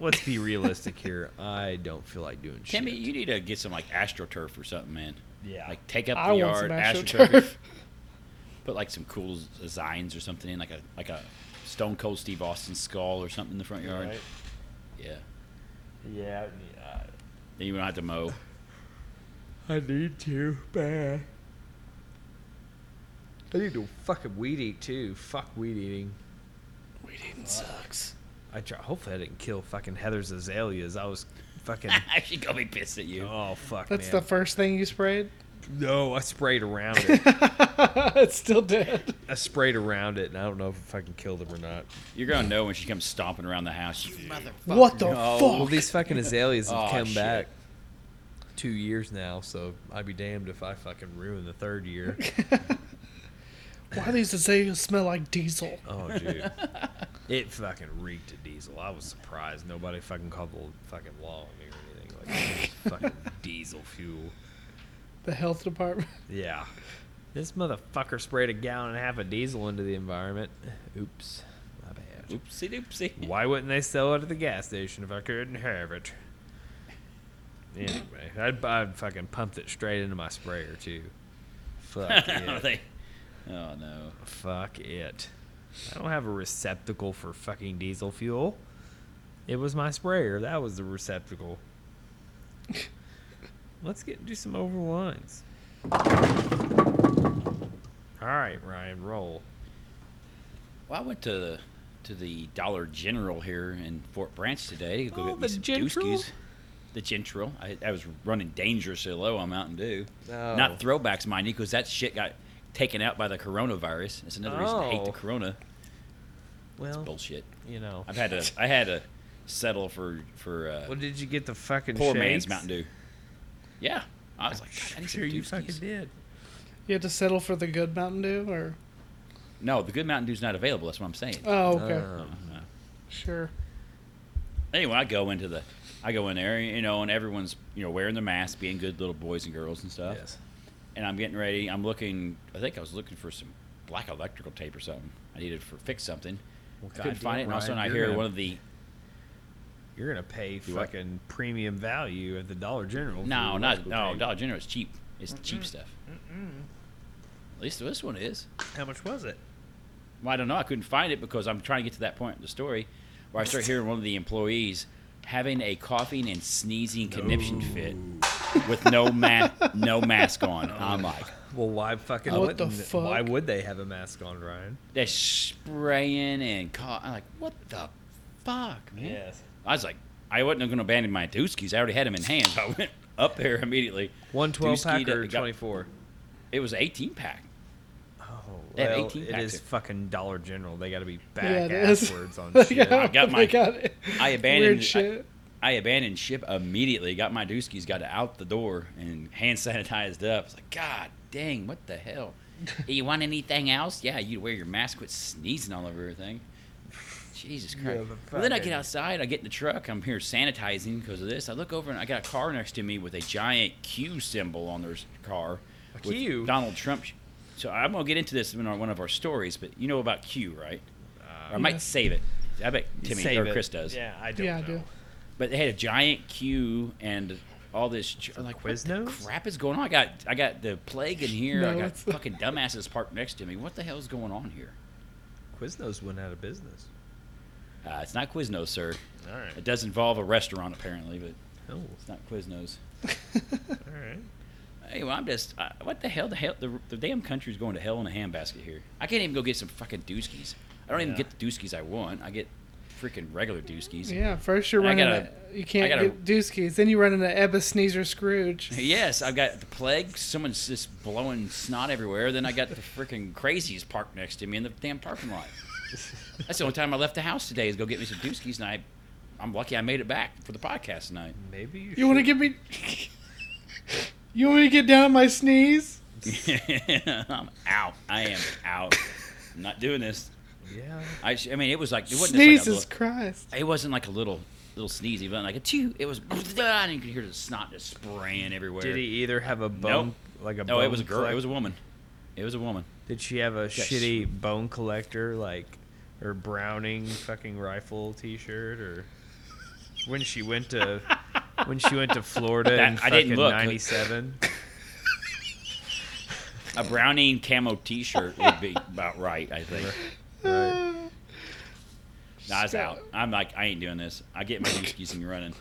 [SPEAKER 1] Let's be realistic here. I don't feel like doing shit.
[SPEAKER 2] Timmy, you need to get some like astroturf or something, man.
[SPEAKER 1] Yeah.
[SPEAKER 2] Like take up the
[SPEAKER 3] I want some
[SPEAKER 2] yard,
[SPEAKER 3] astroturf.
[SPEAKER 2] Put like some cool s- designs or something in, like a like a Stone Cold Steve Austin skull or something in the front yard.
[SPEAKER 1] Right.
[SPEAKER 2] Yeah.
[SPEAKER 1] Yeah.
[SPEAKER 2] Then you don't have to mow.
[SPEAKER 1] I need to. Bad. I need to fucking weed eat too. Fuck weed eating.
[SPEAKER 3] Weed eating sucks.
[SPEAKER 1] I try. Hopefully, I didn't kill fucking Heather's azaleas. I was fucking.
[SPEAKER 2] she gonna be pissed at you.
[SPEAKER 1] oh fuck,
[SPEAKER 3] That's the
[SPEAKER 1] man.
[SPEAKER 3] first thing you sprayed.
[SPEAKER 1] no, I sprayed around it.
[SPEAKER 3] it's still dead.
[SPEAKER 1] I sprayed around it, and I don't know if I fucking killed them or not.
[SPEAKER 2] You're gonna know when she comes stomping around the house. You mother.
[SPEAKER 3] What the
[SPEAKER 2] no.
[SPEAKER 1] Well,
[SPEAKER 3] fuck?
[SPEAKER 1] these fucking azaleas have
[SPEAKER 2] Aw,
[SPEAKER 1] come
[SPEAKER 2] shit.
[SPEAKER 1] back. two years now, so I'd be damned if I fucking ruin the third year.
[SPEAKER 3] Why these azaleas smell like diesel?
[SPEAKER 1] Oh, dude. it fucking reeked of diesel. I was surprised nobody fucking called the fucking law on me or anything like that. fucking diesel fuel.
[SPEAKER 3] The health department.
[SPEAKER 1] Yeah. This motherfucker sprayed a gallon and a half of diesel into the environment. Oops. My bad.
[SPEAKER 2] Oopsie doopsie.
[SPEAKER 1] Why wouldn't they sell it at the gas station if I couldn't have it? Anyway, I'd, I'd fucking pumped it straight into my sprayer, too. Fuck it.
[SPEAKER 2] They- oh no.
[SPEAKER 1] Fuck it. I don't have a receptacle for fucking diesel fuel. It was my sprayer. That was the receptacle. Let's get do some over lines. All right, Ryan, roll.
[SPEAKER 2] Well, I went to the to the Dollar General here in Fort Branch today to go
[SPEAKER 1] Oh,
[SPEAKER 2] get me
[SPEAKER 1] the
[SPEAKER 2] some
[SPEAKER 1] General?
[SPEAKER 2] dooskies. The General. I, I was running dangerously low on Mountain Dew.
[SPEAKER 1] Oh.
[SPEAKER 2] Not throwbacks, mind you, because that shit got taken out by the coronavirus. That's another reason I hate
[SPEAKER 1] Oh.
[SPEAKER 2] the corona.
[SPEAKER 1] Well,
[SPEAKER 2] Bullshit.
[SPEAKER 1] you know.
[SPEAKER 2] I've had to I had to settle for for uh,
[SPEAKER 1] Well, did you get the fucking
[SPEAKER 2] poor
[SPEAKER 1] shakes?
[SPEAKER 2] man's Mountain Dew. Yeah, I was
[SPEAKER 1] I'm
[SPEAKER 2] like, God, I
[SPEAKER 1] sure,
[SPEAKER 2] need some
[SPEAKER 1] you
[SPEAKER 2] Dooskies.
[SPEAKER 1] fucking did.
[SPEAKER 3] You had to settle for the good Mountain Dew, or
[SPEAKER 2] No, the good Mountain Dew's not available. That's what I'm saying.
[SPEAKER 3] oh, okay,
[SPEAKER 1] Uh,
[SPEAKER 2] Uh,
[SPEAKER 3] sure.
[SPEAKER 2] anyway, I go into the, I go in there, you know, and everyone's, you know, wearing their mask, being good little boys and girls and stuff.
[SPEAKER 1] yes.
[SPEAKER 2] And I'm getting ready. I'm looking. I think I was looking for some black electrical tape or something. I needed for fix something.
[SPEAKER 1] Well,
[SPEAKER 2] Couldn't
[SPEAKER 1] goddamn,
[SPEAKER 2] find it. And also,
[SPEAKER 1] Ryan,
[SPEAKER 2] I
[SPEAKER 1] you're
[SPEAKER 2] hear
[SPEAKER 1] gonna-
[SPEAKER 2] one of the.
[SPEAKER 1] You're gonna pay
[SPEAKER 2] Do what?
[SPEAKER 1] fucking premium value at the Dollar General. for
[SPEAKER 2] No,
[SPEAKER 1] your
[SPEAKER 2] not
[SPEAKER 1] local
[SPEAKER 2] no.
[SPEAKER 1] tape.
[SPEAKER 2] Dollar General is cheap. It's cheap stuff. At least this one is.
[SPEAKER 1] How much was it?
[SPEAKER 2] Well, I don't know. I couldn't find it because I'm trying to get to that point in the story where I start hearing one of the employees having a coughing and sneezing conniption fit with no ma- no mask on. I'm like,
[SPEAKER 1] Well, why fucking?
[SPEAKER 3] What the
[SPEAKER 1] wouldn't-
[SPEAKER 3] fuck?
[SPEAKER 1] Why would they have a mask on, Ryan?
[SPEAKER 2] they're spraying and cough. I'm like, what the fuck, man? I was like, I wasn't going to abandon my Dooskies. I already had them in hand. So I went up there immediately.
[SPEAKER 1] One twelve
[SPEAKER 2] Dooskied
[SPEAKER 1] pack
[SPEAKER 2] it,
[SPEAKER 1] or
[SPEAKER 2] it got-
[SPEAKER 1] twenty four?
[SPEAKER 2] It was an 18 pack.
[SPEAKER 1] Oh,
[SPEAKER 2] They have
[SPEAKER 1] well,
[SPEAKER 2] 18
[SPEAKER 1] it
[SPEAKER 2] pack
[SPEAKER 1] is
[SPEAKER 2] too.
[SPEAKER 1] fucking Dollar General. They got to be back
[SPEAKER 3] yeah, it is.
[SPEAKER 1] asswards on
[SPEAKER 3] They
[SPEAKER 1] shit.
[SPEAKER 2] I got
[SPEAKER 3] they
[SPEAKER 2] my-
[SPEAKER 3] got it.
[SPEAKER 2] I abandoned it.
[SPEAKER 3] Weird
[SPEAKER 2] I-
[SPEAKER 3] shit.
[SPEAKER 2] I abandoned ship immediately. Got my Dooskies, got out the door, and hand sanitized up. It's like, God dang, what the hell? Do you want anything else? Yeah, you wear your mask, quit sneezing all over everything. Jesus
[SPEAKER 1] Yeah,
[SPEAKER 2] Christ.
[SPEAKER 1] but
[SPEAKER 2] well, then I
[SPEAKER 1] fucking-
[SPEAKER 2] get outside, I get in the truck, I'm here sanitizing because of this. I look over and I got a car next to me with a giant Q symbol on their s- car.
[SPEAKER 1] A
[SPEAKER 2] with
[SPEAKER 1] Q?
[SPEAKER 2] Donald Trump. sh- So I'm going to get into this in our, one of our stories, but you know about Q, right? Or I might
[SPEAKER 3] Yeah.
[SPEAKER 2] save it. I bet Timmy
[SPEAKER 1] Uh, Save
[SPEAKER 2] or
[SPEAKER 1] it.
[SPEAKER 2] Chris does.
[SPEAKER 1] Yeah, I don't
[SPEAKER 3] Yeah, I
[SPEAKER 1] know.
[SPEAKER 3] do.
[SPEAKER 2] But they had a giant queue and all this. ch- I'm like, what the
[SPEAKER 1] Quiznos?
[SPEAKER 2] crap is going on? I got, I got the plague in here.
[SPEAKER 3] No,
[SPEAKER 2] I got
[SPEAKER 3] it's-
[SPEAKER 2] fucking dumbasses parked next to me. What the hell is going on here?
[SPEAKER 1] Quiznos went out of business.
[SPEAKER 2] Uh, it's not Quiznos, sir.
[SPEAKER 1] All right.
[SPEAKER 2] It does involve a restaurant apparently, but
[SPEAKER 1] Oh, all
[SPEAKER 2] it's not Quiznos.
[SPEAKER 1] right.
[SPEAKER 2] Anyway, I'm just, uh, what the hell? The hell, the, the damn country's going to hell in a handbasket here. I can't even go get some fucking dooskies. I don't even
[SPEAKER 1] Yeah.
[SPEAKER 2] get the dooskies I want. I get freaking regular dooskies.
[SPEAKER 3] Yeah, first you're
[SPEAKER 2] I
[SPEAKER 3] running.
[SPEAKER 2] gotta-
[SPEAKER 3] a- you can't
[SPEAKER 2] gotta-
[SPEAKER 3] get Dooskies, then you run into Ebba Sneezer Scrooge.
[SPEAKER 2] Yes, I've got the plague. Someone's just blowing snot everywhere. Then I got the freaking crazies parked next to me in the damn parking lot. That's the only time I left the house today is go get me some dooskies, and I, I'm lucky I made it back for the podcast tonight.
[SPEAKER 1] Maybe you.
[SPEAKER 3] You want to give me? you want me to get down on my sneeze?
[SPEAKER 2] I'm out. I am out. I'm not doing this.
[SPEAKER 1] should- Yeah.
[SPEAKER 2] I, sh- I mean, it was like it wasn't just like a
[SPEAKER 3] Sneezes
[SPEAKER 2] little,
[SPEAKER 3] Christ.
[SPEAKER 2] it wasn't like a little little sneeze, even like a two. It was, and you could hear the snot just spraying everywhere.
[SPEAKER 1] Did he either have a bone like a?
[SPEAKER 2] No,
[SPEAKER 1] bone
[SPEAKER 2] it was a girl.
[SPEAKER 1] collect-
[SPEAKER 2] It was a woman. It was a woman.
[SPEAKER 1] Did she have a
[SPEAKER 2] Yes.
[SPEAKER 1] shitty bone collector like her Browning fucking rifle T-shirt or when she went to when she went to Florida
[SPEAKER 2] That-
[SPEAKER 1] in
[SPEAKER 2] I didn't
[SPEAKER 1] fucking
[SPEAKER 2] look, but-
[SPEAKER 1] '97?
[SPEAKER 2] A Browning camo T-shirt would be about right, I think.
[SPEAKER 1] Right.
[SPEAKER 2] No, I was out. I'm like, I ain't doing this. I get my dooskies and running.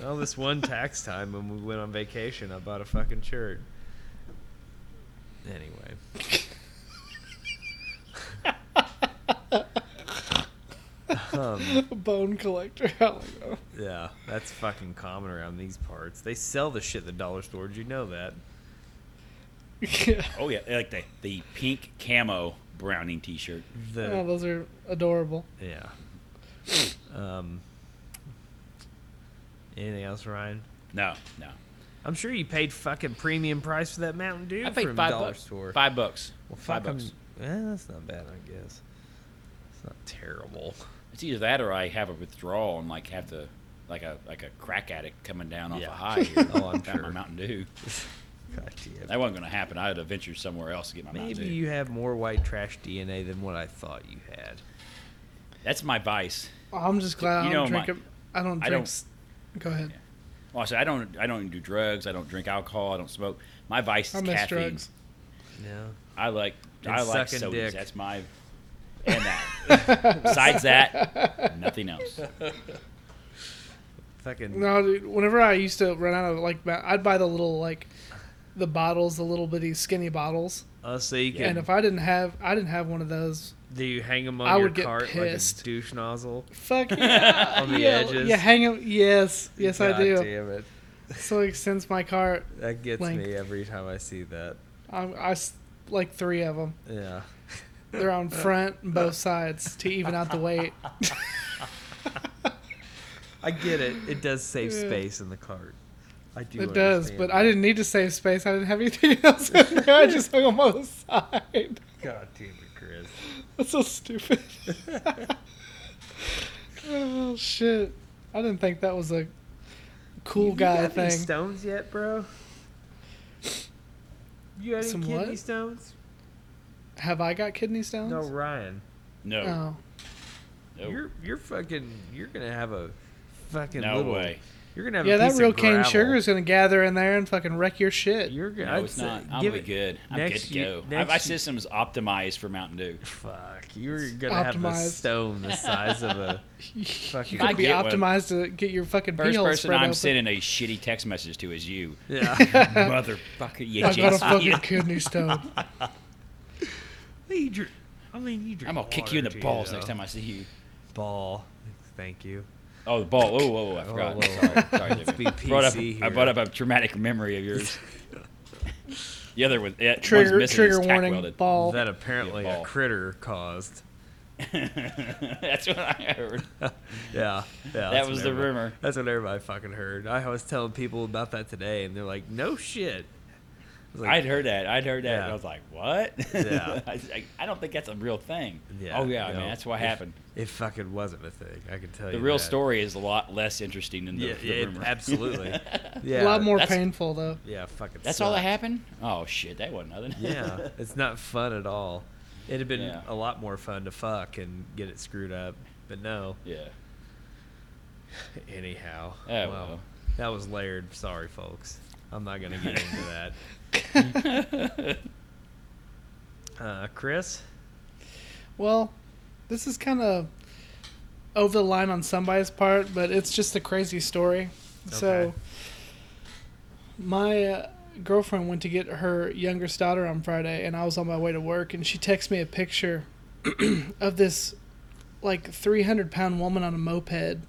[SPEAKER 1] Well, this one tax time when we went on vacation, I bought a fucking shirt. Anyway, um,
[SPEAKER 3] Bone collector. I like that.
[SPEAKER 1] yeah, that's fucking common around these parts. They sell the shit at the dollar store. Did you know that?
[SPEAKER 3] yeah.
[SPEAKER 2] Oh yeah, like the the pink camo Browning T-shirt.
[SPEAKER 1] The
[SPEAKER 3] Oh, those are adorable.
[SPEAKER 1] Yeah. Um. Anything else, Ryan?
[SPEAKER 2] No, no.
[SPEAKER 1] I'm sure you paid fucking premium price for that Mountain Dew
[SPEAKER 2] I paid
[SPEAKER 1] from
[SPEAKER 2] five
[SPEAKER 1] Dollar
[SPEAKER 2] bucks.
[SPEAKER 1] Store.
[SPEAKER 2] Five bucks.
[SPEAKER 1] Well,
[SPEAKER 2] five
[SPEAKER 1] fuck, I'm-
[SPEAKER 2] bucks.
[SPEAKER 1] eh, that's not bad, I guess. It's not terrible.
[SPEAKER 2] It's either that or I have a withdrawal and like have to like a like a crack addict coming down off
[SPEAKER 1] Yeah.
[SPEAKER 2] a high. Here.
[SPEAKER 1] Oh, I'm
[SPEAKER 2] Got my
[SPEAKER 1] sure.
[SPEAKER 2] Mountain Dew.
[SPEAKER 1] God damn.
[SPEAKER 2] That wasn't going to happen. I had to venture somewhere else to get my Mountain
[SPEAKER 1] Maybe
[SPEAKER 2] Dew.
[SPEAKER 1] you have more white trash DNA than what I thought you had.
[SPEAKER 2] That's my vice.
[SPEAKER 3] I'm just glad
[SPEAKER 2] You
[SPEAKER 3] I don't
[SPEAKER 2] know, my-
[SPEAKER 3] drink. it. I don't
[SPEAKER 2] I
[SPEAKER 3] drink.
[SPEAKER 2] don't-
[SPEAKER 3] s- Go ahead.
[SPEAKER 2] Well, I said I don't I don't do drugs. I don't drink alcohol. I don't smoke. My vice
[SPEAKER 3] I
[SPEAKER 2] is
[SPEAKER 3] miss
[SPEAKER 2] caffeine.
[SPEAKER 3] drugs.
[SPEAKER 1] No.
[SPEAKER 2] I like
[SPEAKER 1] And
[SPEAKER 2] I like
[SPEAKER 1] sucking
[SPEAKER 2] sodas.
[SPEAKER 1] dick.
[SPEAKER 2] That's my and that. Besides that, nothing else.
[SPEAKER 1] Fucking.
[SPEAKER 3] No, dude, whenever I used to run out of like, ma- I'd buy the little like, the bottles, the little bitty skinny bottles.
[SPEAKER 1] Uh, so you
[SPEAKER 2] Yeah.
[SPEAKER 1] can.
[SPEAKER 3] And if I didn't have, I didn't have one of those.
[SPEAKER 1] do you hang them on
[SPEAKER 3] I
[SPEAKER 1] your
[SPEAKER 3] would get
[SPEAKER 1] cart like
[SPEAKER 3] pissed.
[SPEAKER 1] a douche nozzle?
[SPEAKER 3] Fuck yeah,
[SPEAKER 1] On the
[SPEAKER 3] yeah,
[SPEAKER 1] edges?
[SPEAKER 3] yeah. Hang 'em- Yes, yes,
[SPEAKER 1] God
[SPEAKER 3] I do.
[SPEAKER 1] Damn it.
[SPEAKER 3] So it extends my cart.
[SPEAKER 1] That gets
[SPEAKER 3] Like-
[SPEAKER 1] me every time I see that.
[SPEAKER 3] I'm, I s- like three of them.
[SPEAKER 1] Yeah.
[SPEAKER 3] They're on front and both sides to even out the weight.
[SPEAKER 1] I get it. It does save
[SPEAKER 3] Yeah.
[SPEAKER 1] space in the cart. I do.
[SPEAKER 3] It does,
[SPEAKER 1] understand
[SPEAKER 3] but
[SPEAKER 1] that.
[SPEAKER 3] I didn't need to save space. I didn't have anything else in there. I just hung 'em on the side.
[SPEAKER 1] God damn it, Chris.
[SPEAKER 3] That's so stupid. oh shit! I didn't think that was a cool
[SPEAKER 1] you
[SPEAKER 3] guy
[SPEAKER 1] got any
[SPEAKER 3] thing.
[SPEAKER 1] stones yet, bro? You got any
[SPEAKER 3] Some
[SPEAKER 1] kidney
[SPEAKER 3] what?
[SPEAKER 1] stones?
[SPEAKER 3] Have I got kidney stones?
[SPEAKER 1] No, Ryan.
[SPEAKER 2] No,
[SPEAKER 3] Oh.
[SPEAKER 2] no,
[SPEAKER 1] You're you're fucking. You're gonna have a fucking
[SPEAKER 2] no
[SPEAKER 1] little.
[SPEAKER 2] way.
[SPEAKER 1] You're gonna have
[SPEAKER 3] Yeah,
[SPEAKER 1] a
[SPEAKER 3] that
[SPEAKER 1] piece
[SPEAKER 3] real
[SPEAKER 1] of
[SPEAKER 3] cane
[SPEAKER 1] gravel.
[SPEAKER 3] sugar is gonna gather in there and fucking wreck your shit.
[SPEAKER 1] You're gonna.
[SPEAKER 2] No,
[SPEAKER 1] I'd
[SPEAKER 2] it's
[SPEAKER 1] say-
[SPEAKER 2] not. I'll
[SPEAKER 1] give
[SPEAKER 2] be
[SPEAKER 1] it-
[SPEAKER 2] good. I'm good
[SPEAKER 1] next
[SPEAKER 2] to
[SPEAKER 1] ye-
[SPEAKER 2] go. My,
[SPEAKER 1] next
[SPEAKER 2] my
[SPEAKER 1] ye-
[SPEAKER 2] system's optimized for Mountain Dew.
[SPEAKER 1] Fuck, you're gonna have a
[SPEAKER 3] Optimized.
[SPEAKER 1] stone the size of a
[SPEAKER 3] you
[SPEAKER 1] fucking.
[SPEAKER 2] I
[SPEAKER 3] could be
[SPEAKER 2] get one.
[SPEAKER 3] optimized to get your fucking pee
[SPEAKER 2] First
[SPEAKER 3] hole
[SPEAKER 2] person
[SPEAKER 3] spread
[SPEAKER 2] I'm
[SPEAKER 3] open.
[SPEAKER 2] sending a shitty text message to is you,
[SPEAKER 1] yeah.
[SPEAKER 2] motherfucker. You
[SPEAKER 3] I got a
[SPEAKER 2] just,
[SPEAKER 3] fucking kidney stone.
[SPEAKER 1] Hey, you drink- I mean, you drink
[SPEAKER 2] I'm gonna kick you in the
[SPEAKER 1] water,
[SPEAKER 2] balls
[SPEAKER 1] too,
[SPEAKER 2] next
[SPEAKER 1] though.
[SPEAKER 2] time I see you.
[SPEAKER 1] Ball. Thank you.
[SPEAKER 2] Oh, the ball. Oh, whoa, whoa, I forgot.
[SPEAKER 1] whoa.
[SPEAKER 2] Sorry, sorry.
[SPEAKER 1] Let's
[SPEAKER 2] David.
[SPEAKER 1] be
[SPEAKER 2] Brought up,
[SPEAKER 1] PC
[SPEAKER 2] I brought
[SPEAKER 1] here.
[SPEAKER 2] up a traumatic memory of yours. the other one, yeah, one's
[SPEAKER 3] Trigger
[SPEAKER 2] missing,
[SPEAKER 3] trigger
[SPEAKER 2] it's tack
[SPEAKER 3] warning
[SPEAKER 2] welded.
[SPEAKER 3] ball.
[SPEAKER 1] That apparently
[SPEAKER 2] Yeah,
[SPEAKER 1] a
[SPEAKER 2] ball.
[SPEAKER 1] critter caused.
[SPEAKER 2] That's what I heard.
[SPEAKER 1] Yeah, yeah.
[SPEAKER 2] That
[SPEAKER 1] that's
[SPEAKER 2] was
[SPEAKER 1] what
[SPEAKER 2] the
[SPEAKER 1] everybody-
[SPEAKER 2] rumor.
[SPEAKER 1] That's what everybody fucking heard. I was telling people about that today, and they're like, "No shit." I was like,
[SPEAKER 2] I'd heard that. I'd heard that. And
[SPEAKER 1] Yeah.
[SPEAKER 2] I was like, what?
[SPEAKER 1] Yeah.
[SPEAKER 2] I, was like, I don't think that's a real thing.
[SPEAKER 1] Yeah,
[SPEAKER 2] oh, yeah,
[SPEAKER 1] no,
[SPEAKER 2] man. That's what
[SPEAKER 1] it-
[SPEAKER 2] happened.
[SPEAKER 1] It fucking wasn't a thing. I can tell you.
[SPEAKER 2] The real
[SPEAKER 1] that.
[SPEAKER 2] story is a lot less interesting than the,
[SPEAKER 1] Yeah,
[SPEAKER 2] the
[SPEAKER 1] yeah, it-
[SPEAKER 2] rumor.
[SPEAKER 1] absolutely. Yeah,
[SPEAKER 3] a lot more
[SPEAKER 2] that's-
[SPEAKER 3] painful though.
[SPEAKER 1] Yeah, fucking.
[SPEAKER 2] That's all that
[SPEAKER 1] sucked.
[SPEAKER 2] happened? Oh, shit. That wasn't nothing.
[SPEAKER 1] yeah, it's not fun at all. It'd have been
[SPEAKER 2] Yeah.
[SPEAKER 1] a lot more fun to fuck and get it screwed up, but no.
[SPEAKER 2] yeah.
[SPEAKER 1] Anyhow,
[SPEAKER 2] Oh, well.
[SPEAKER 1] that was layered. Sorry, folks. I'm not gonna get into that. Uh, Chris,
[SPEAKER 3] Well, this is kind of over the line on somebody's part, but it's just a crazy story. So,
[SPEAKER 1] Okay.
[SPEAKER 3] my uh, girlfriend went to get her youngest daughter on Friday, and I was on my way to work, and she texted me a picture of this like 300 pound woman on a moped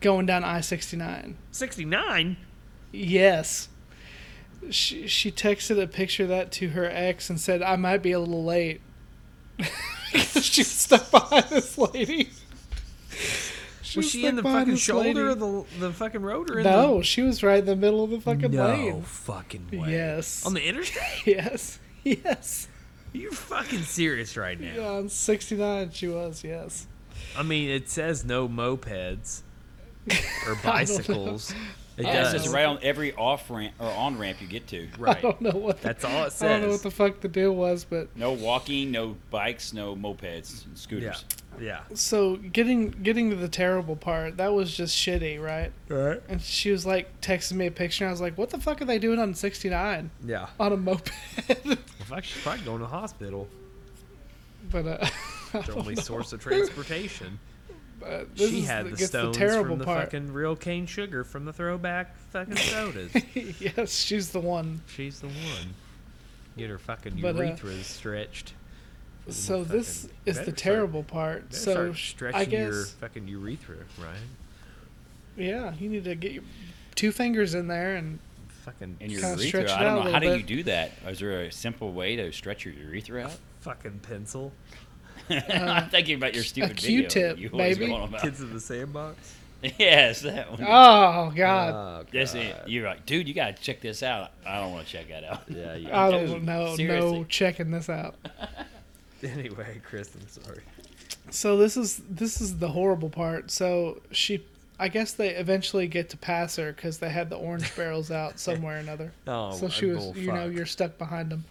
[SPEAKER 3] going down I 69.
[SPEAKER 1] 69.
[SPEAKER 3] Yes. She, she texted a picture of that to her ex and said, I might be a little late. she was stuck behind this lady. She
[SPEAKER 1] Was she in
[SPEAKER 3] stuck
[SPEAKER 1] the
[SPEAKER 3] behind
[SPEAKER 1] fucking
[SPEAKER 3] this
[SPEAKER 1] shoulder
[SPEAKER 3] lady.
[SPEAKER 1] of the the fucking road or in
[SPEAKER 3] No, she was right in the middle of the
[SPEAKER 1] the
[SPEAKER 3] fucking
[SPEAKER 1] no
[SPEAKER 3] lane.
[SPEAKER 1] fucking way?
[SPEAKER 3] Yes.
[SPEAKER 1] on the interstate.
[SPEAKER 3] Yes. Yes.
[SPEAKER 1] You're fucking serious right now.
[SPEAKER 3] Yeah, on 69 she was, yes.
[SPEAKER 1] I mean, it says no mopeds or bicycles. It
[SPEAKER 2] Yeah, it's
[SPEAKER 1] does.
[SPEAKER 2] just right on every off ramp or on ramp you get to.
[SPEAKER 3] I
[SPEAKER 1] Right.
[SPEAKER 3] don't know what the,
[SPEAKER 1] That's all it
[SPEAKER 3] I don't know
[SPEAKER 1] says.
[SPEAKER 3] what the fuck the deal was, but
[SPEAKER 2] No walking, no bikes, no mopeds, and
[SPEAKER 1] Yeah.
[SPEAKER 2] scooters.
[SPEAKER 1] Yeah.
[SPEAKER 3] so getting getting to the terrible part, that was just shitty, right?
[SPEAKER 1] Right.
[SPEAKER 3] And she was like texting me a picture. And I was like, "What the fuck are they doing on 69
[SPEAKER 1] Yeah.
[SPEAKER 3] on a moped?"
[SPEAKER 1] In fact, she's probably going to hospital.
[SPEAKER 3] but uh, I
[SPEAKER 1] It's the
[SPEAKER 3] don't
[SPEAKER 1] only
[SPEAKER 3] know.
[SPEAKER 1] source of transportation.
[SPEAKER 3] But this
[SPEAKER 1] she
[SPEAKER 3] is
[SPEAKER 1] had the,
[SPEAKER 3] gets
[SPEAKER 1] stones
[SPEAKER 3] terrible
[SPEAKER 1] from the
[SPEAKER 3] part.
[SPEAKER 1] fucking real cane sugar from the throwback fucking sodas.
[SPEAKER 3] yes, she's the one.
[SPEAKER 1] she's the one. Get her fucking
[SPEAKER 3] But, uh,
[SPEAKER 1] urethras stretched.
[SPEAKER 3] So
[SPEAKER 1] fucking-
[SPEAKER 3] this is
[SPEAKER 1] better
[SPEAKER 3] the
[SPEAKER 1] start-
[SPEAKER 3] terrible part.
[SPEAKER 1] Better
[SPEAKER 3] So
[SPEAKER 1] start
[SPEAKER 3] sh-
[SPEAKER 1] stretching
[SPEAKER 3] I guess
[SPEAKER 1] your fucking urethra, Ryan.
[SPEAKER 3] yeah, you need to get your two fingers in there and
[SPEAKER 1] Fucking
[SPEAKER 2] And your
[SPEAKER 3] Kinda stretch
[SPEAKER 2] urethra,
[SPEAKER 3] it
[SPEAKER 2] I
[SPEAKER 3] out a
[SPEAKER 2] don't know. How
[SPEAKER 3] little
[SPEAKER 2] do you
[SPEAKER 3] bit.
[SPEAKER 2] do that? Is there a simple way to stretch your urethra out?
[SPEAKER 1] fucking pencil.
[SPEAKER 2] I'm thinking about your stupid video. that
[SPEAKER 3] Um, Q-tip,
[SPEAKER 2] you always
[SPEAKER 3] baby.
[SPEAKER 2] go on about.
[SPEAKER 1] Kids in the sandbox.
[SPEAKER 2] yes, that
[SPEAKER 1] Mm.
[SPEAKER 2] one.
[SPEAKER 3] Oh God.
[SPEAKER 1] Oh,
[SPEAKER 2] That's it.
[SPEAKER 1] God.
[SPEAKER 2] You're like, dude, you gotta check this out. I don't want to check that out.
[SPEAKER 1] Yeah, you-
[SPEAKER 3] I
[SPEAKER 2] Dude,
[SPEAKER 3] don't know. No
[SPEAKER 2] seriously.
[SPEAKER 3] checking this out.
[SPEAKER 1] Anyway, Chris, I'm sorry.
[SPEAKER 3] So this is this is the horrible part. So she, I guess they eventually get to pass her because they had the orange barrels out somewhere or another.
[SPEAKER 1] Oh,
[SPEAKER 3] so
[SPEAKER 1] a
[SPEAKER 3] she was,
[SPEAKER 1] bull
[SPEAKER 3] you know,
[SPEAKER 1] fuck.
[SPEAKER 3] you're stuck behind them.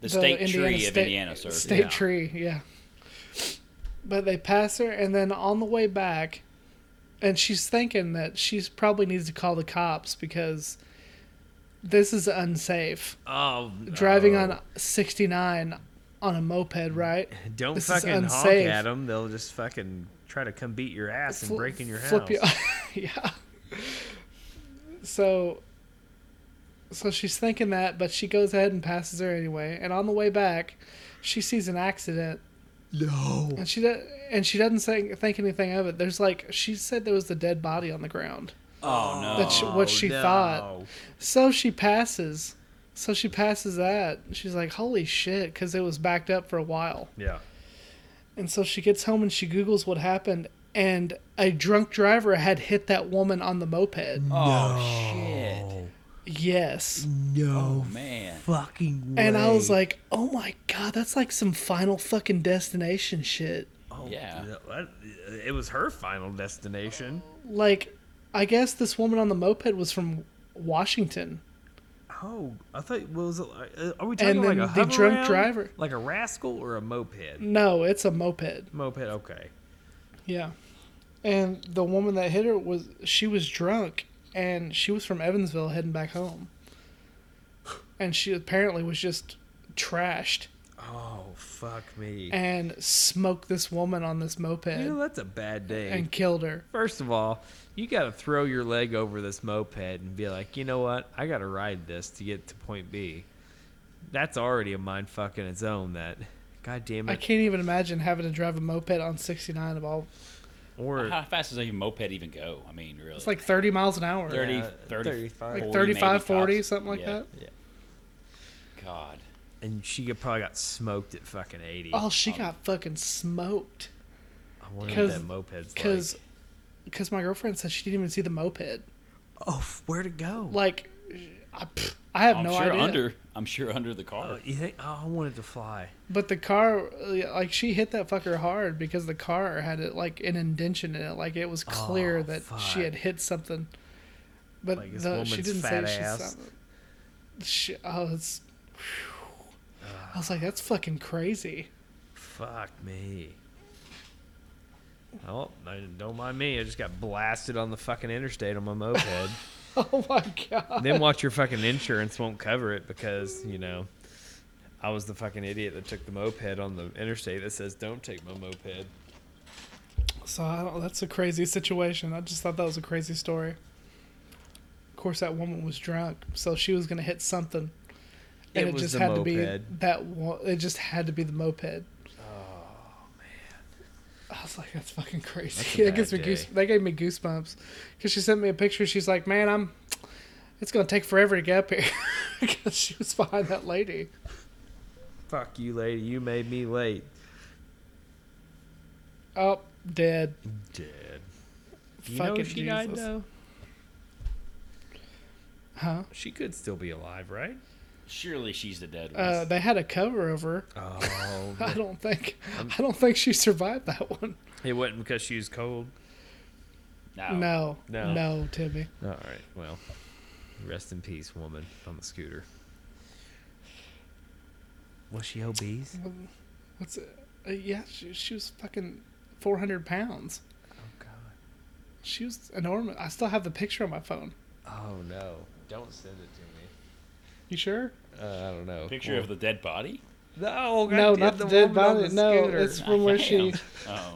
[SPEAKER 2] The, state
[SPEAKER 3] Indiana
[SPEAKER 2] tree of
[SPEAKER 3] state-
[SPEAKER 2] Indiana, sir.
[SPEAKER 3] State
[SPEAKER 1] Yeah.
[SPEAKER 3] tree, yeah. But they pass her, and then on the way back, and she's thinking that she's probably needs to call the cops because this is unsafe.
[SPEAKER 1] Oh,
[SPEAKER 3] Driving
[SPEAKER 1] no.
[SPEAKER 3] on 69 on a moped, right?
[SPEAKER 1] Don't
[SPEAKER 3] this is
[SPEAKER 1] fucking honk
[SPEAKER 3] unsafe.
[SPEAKER 1] at them. They'll just fucking try to come beat your ass and
[SPEAKER 3] Fl-
[SPEAKER 1] break in your
[SPEAKER 3] flip
[SPEAKER 1] house.
[SPEAKER 3] You, yeah. So. So she's thinking that, but she goes ahead and passes her anyway. And on the way back, she sees an accident,
[SPEAKER 1] No.
[SPEAKER 3] and she do- and she doesn't think, think anything of it. There's like she said there was the dead body on the ground.
[SPEAKER 2] Oh no.
[SPEAKER 3] That's what she thought. So she passes. So she passes that. She's like, "Holy shit!" Because it was backed up for a while.
[SPEAKER 1] Yeah.
[SPEAKER 3] And so she gets home and she googles what happened, and a drunk driver had hit that woman on the moped.
[SPEAKER 2] oh shit.
[SPEAKER 3] Yes.
[SPEAKER 2] Oh
[SPEAKER 1] No
[SPEAKER 2] man.
[SPEAKER 1] fucking
[SPEAKER 3] And I was like, "Oh my god, that's like some final fucking destination shit."
[SPEAKER 1] oh,
[SPEAKER 2] Yeah.
[SPEAKER 1] that- It was her final destination.
[SPEAKER 3] Like, I guess this woman on the moped was from Washington.
[SPEAKER 1] Oh, I thought. Well, was it, like- uh, are we talking
[SPEAKER 3] And
[SPEAKER 1] like
[SPEAKER 3] then
[SPEAKER 1] a
[SPEAKER 3] the
[SPEAKER 1] hover
[SPEAKER 3] drunk
[SPEAKER 1] around?
[SPEAKER 3] driver- Mm.
[SPEAKER 1] like a rascal or a moped?
[SPEAKER 3] No, it's a moped.
[SPEAKER 1] Moped. Okay.
[SPEAKER 3] Yeah. And the woman that hit her was she was drunk and she was from Evansville heading back home. And she apparently was just trashed
[SPEAKER 1] Oh fuck me.
[SPEAKER 3] and smoked this woman on this
[SPEAKER 1] you know,
[SPEAKER 3] moped
[SPEAKER 1] that's a bad day.
[SPEAKER 3] and killed her.
[SPEAKER 1] First of all, you got to throw your leg over this moped and be like, you know what? I got to ride this to get to point B. That's already a mind fucking its own. That, god damn
[SPEAKER 3] I
[SPEAKER 1] it,
[SPEAKER 3] can't even imagine having to drive a moped on 69 of all. Uh-huh.
[SPEAKER 1] or
[SPEAKER 2] How fast does a moped even go? I mean, really.
[SPEAKER 3] It's like 30 miles an hour.
[SPEAKER 2] 30,
[SPEAKER 1] Yeah,
[SPEAKER 2] 30,
[SPEAKER 1] 35.
[SPEAKER 3] like
[SPEAKER 2] 40,
[SPEAKER 3] 35,
[SPEAKER 2] maybe
[SPEAKER 3] 40,
[SPEAKER 2] tops.
[SPEAKER 3] something like
[SPEAKER 2] Yeah.
[SPEAKER 3] that.
[SPEAKER 2] God.
[SPEAKER 1] and she got- probably got smoked at fucking eighty.
[SPEAKER 3] Oh, she
[SPEAKER 2] Um,
[SPEAKER 3] got fucking smoked
[SPEAKER 1] I wonder what
[SPEAKER 3] 'cause-
[SPEAKER 1] that moped's
[SPEAKER 3] cuz
[SPEAKER 1] like.
[SPEAKER 3] cuz my girlfriend said she didn't even see the moped.
[SPEAKER 1] Oh, f- where to go?
[SPEAKER 3] Like I, pff, I have
[SPEAKER 2] I'm
[SPEAKER 3] no
[SPEAKER 2] sure
[SPEAKER 3] idea.
[SPEAKER 2] under. I'm sure under the car.
[SPEAKER 1] Oh, you think? Oh, I wanted to fly.
[SPEAKER 3] But the car, uh, like she hit that fucker hard because the car had it like an indentation in it, like it was clear
[SPEAKER 1] Oh,
[SPEAKER 3] that
[SPEAKER 1] fuck.
[SPEAKER 3] she had hit something. But
[SPEAKER 1] Like this
[SPEAKER 3] the,
[SPEAKER 1] woman's
[SPEAKER 3] she didn't
[SPEAKER 1] fat
[SPEAKER 3] say
[SPEAKER 1] ass.
[SPEAKER 3] she. saw- She, oh, it's. whew. I was like, that's fucking crazy.
[SPEAKER 1] Fuck me. Oh, I- don't mind me. I just got blasted on the fucking interstate on my moped.
[SPEAKER 3] Oh my god.
[SPEAKER 1] then watch your fucking insurance won't cover it because you know I was the fucking idiot that took the moped on the interstate that says don't take my moped.
[SPEAKER 3] So I don't. That's a crazy situation. I just thought that was a crazy story. Of course, that woman was drunk, so she was gonna hit something, and
[SPEAKER 1] It
[SPEAKER 3] it,
[SPEAKER 1] was
[SPEAKER 3] just
[SPEAKER 1] the
[SPEAKER 3] had to be
[SPEAKER 1] moped.
[SPEAKER 3] that. One, it just had to be the moped. I was like, that's fucking
[SPEAKER 1] Oh, That's
[SPEAKER 3] crazy.
[SPEAKER 1] a
[SPEAKER 3] That gives me
[SPEAKER 1] bad
[SPEAKER 3] goose.
[SPEAKER 1] day.
[SPEAKER 3] That gave me goosebumps because she sent me a picture. She's like, "Man, I'm. It's gonna take forever to get up here because she was behind that lady."
[SPEAKER 1] Fuck you, lady. You made me late.
[SPEAKER 3] Oh, dead.
[SPEAKER 1] Dead.
[SPEAKER 3] You know if Fucking she died, Jesus. though? Huh?
[SPEAKER 1] She could still be alive, right?
[SPEAKER 2] Surely she's the dead one.
[SPEAKER 3] Uh, they had a cover over.
[SPEAKER 1] Oh,
[SPEAKER 3] her. I don't think. I don't think she survived that one.
[SPEAKER 1] it wasn't because she was cold.
[SPEAKER 2] no.
[SPEAKER 3] No,
[SPEAKER 1] No.
[SPEAKER 3] no, Timmy.
[SPEAKER 1] All right. Well, rest in peace, woman on the scooter. Was she obese?
[SPEAKER 3] What's it? Uh, yeah, she, she was fucking four hundred pounds.
[SPEAKER 1] Oh God.
[SPEAKER 3] She was enormous. I still have the picture on my phone.
[SPEAKER 1] Oh no! Don't send it
[SPEAKER 3] You sure?
[SPEAKER 1] to me. Uh, I don't know.
[SPEAKER 2] Picture of the dead body.
[SPEAKER 1] No,
[SPEAKER 3] No, not the dead body. No, it's from where she.
[SPEAKER 2] Damn. Oh.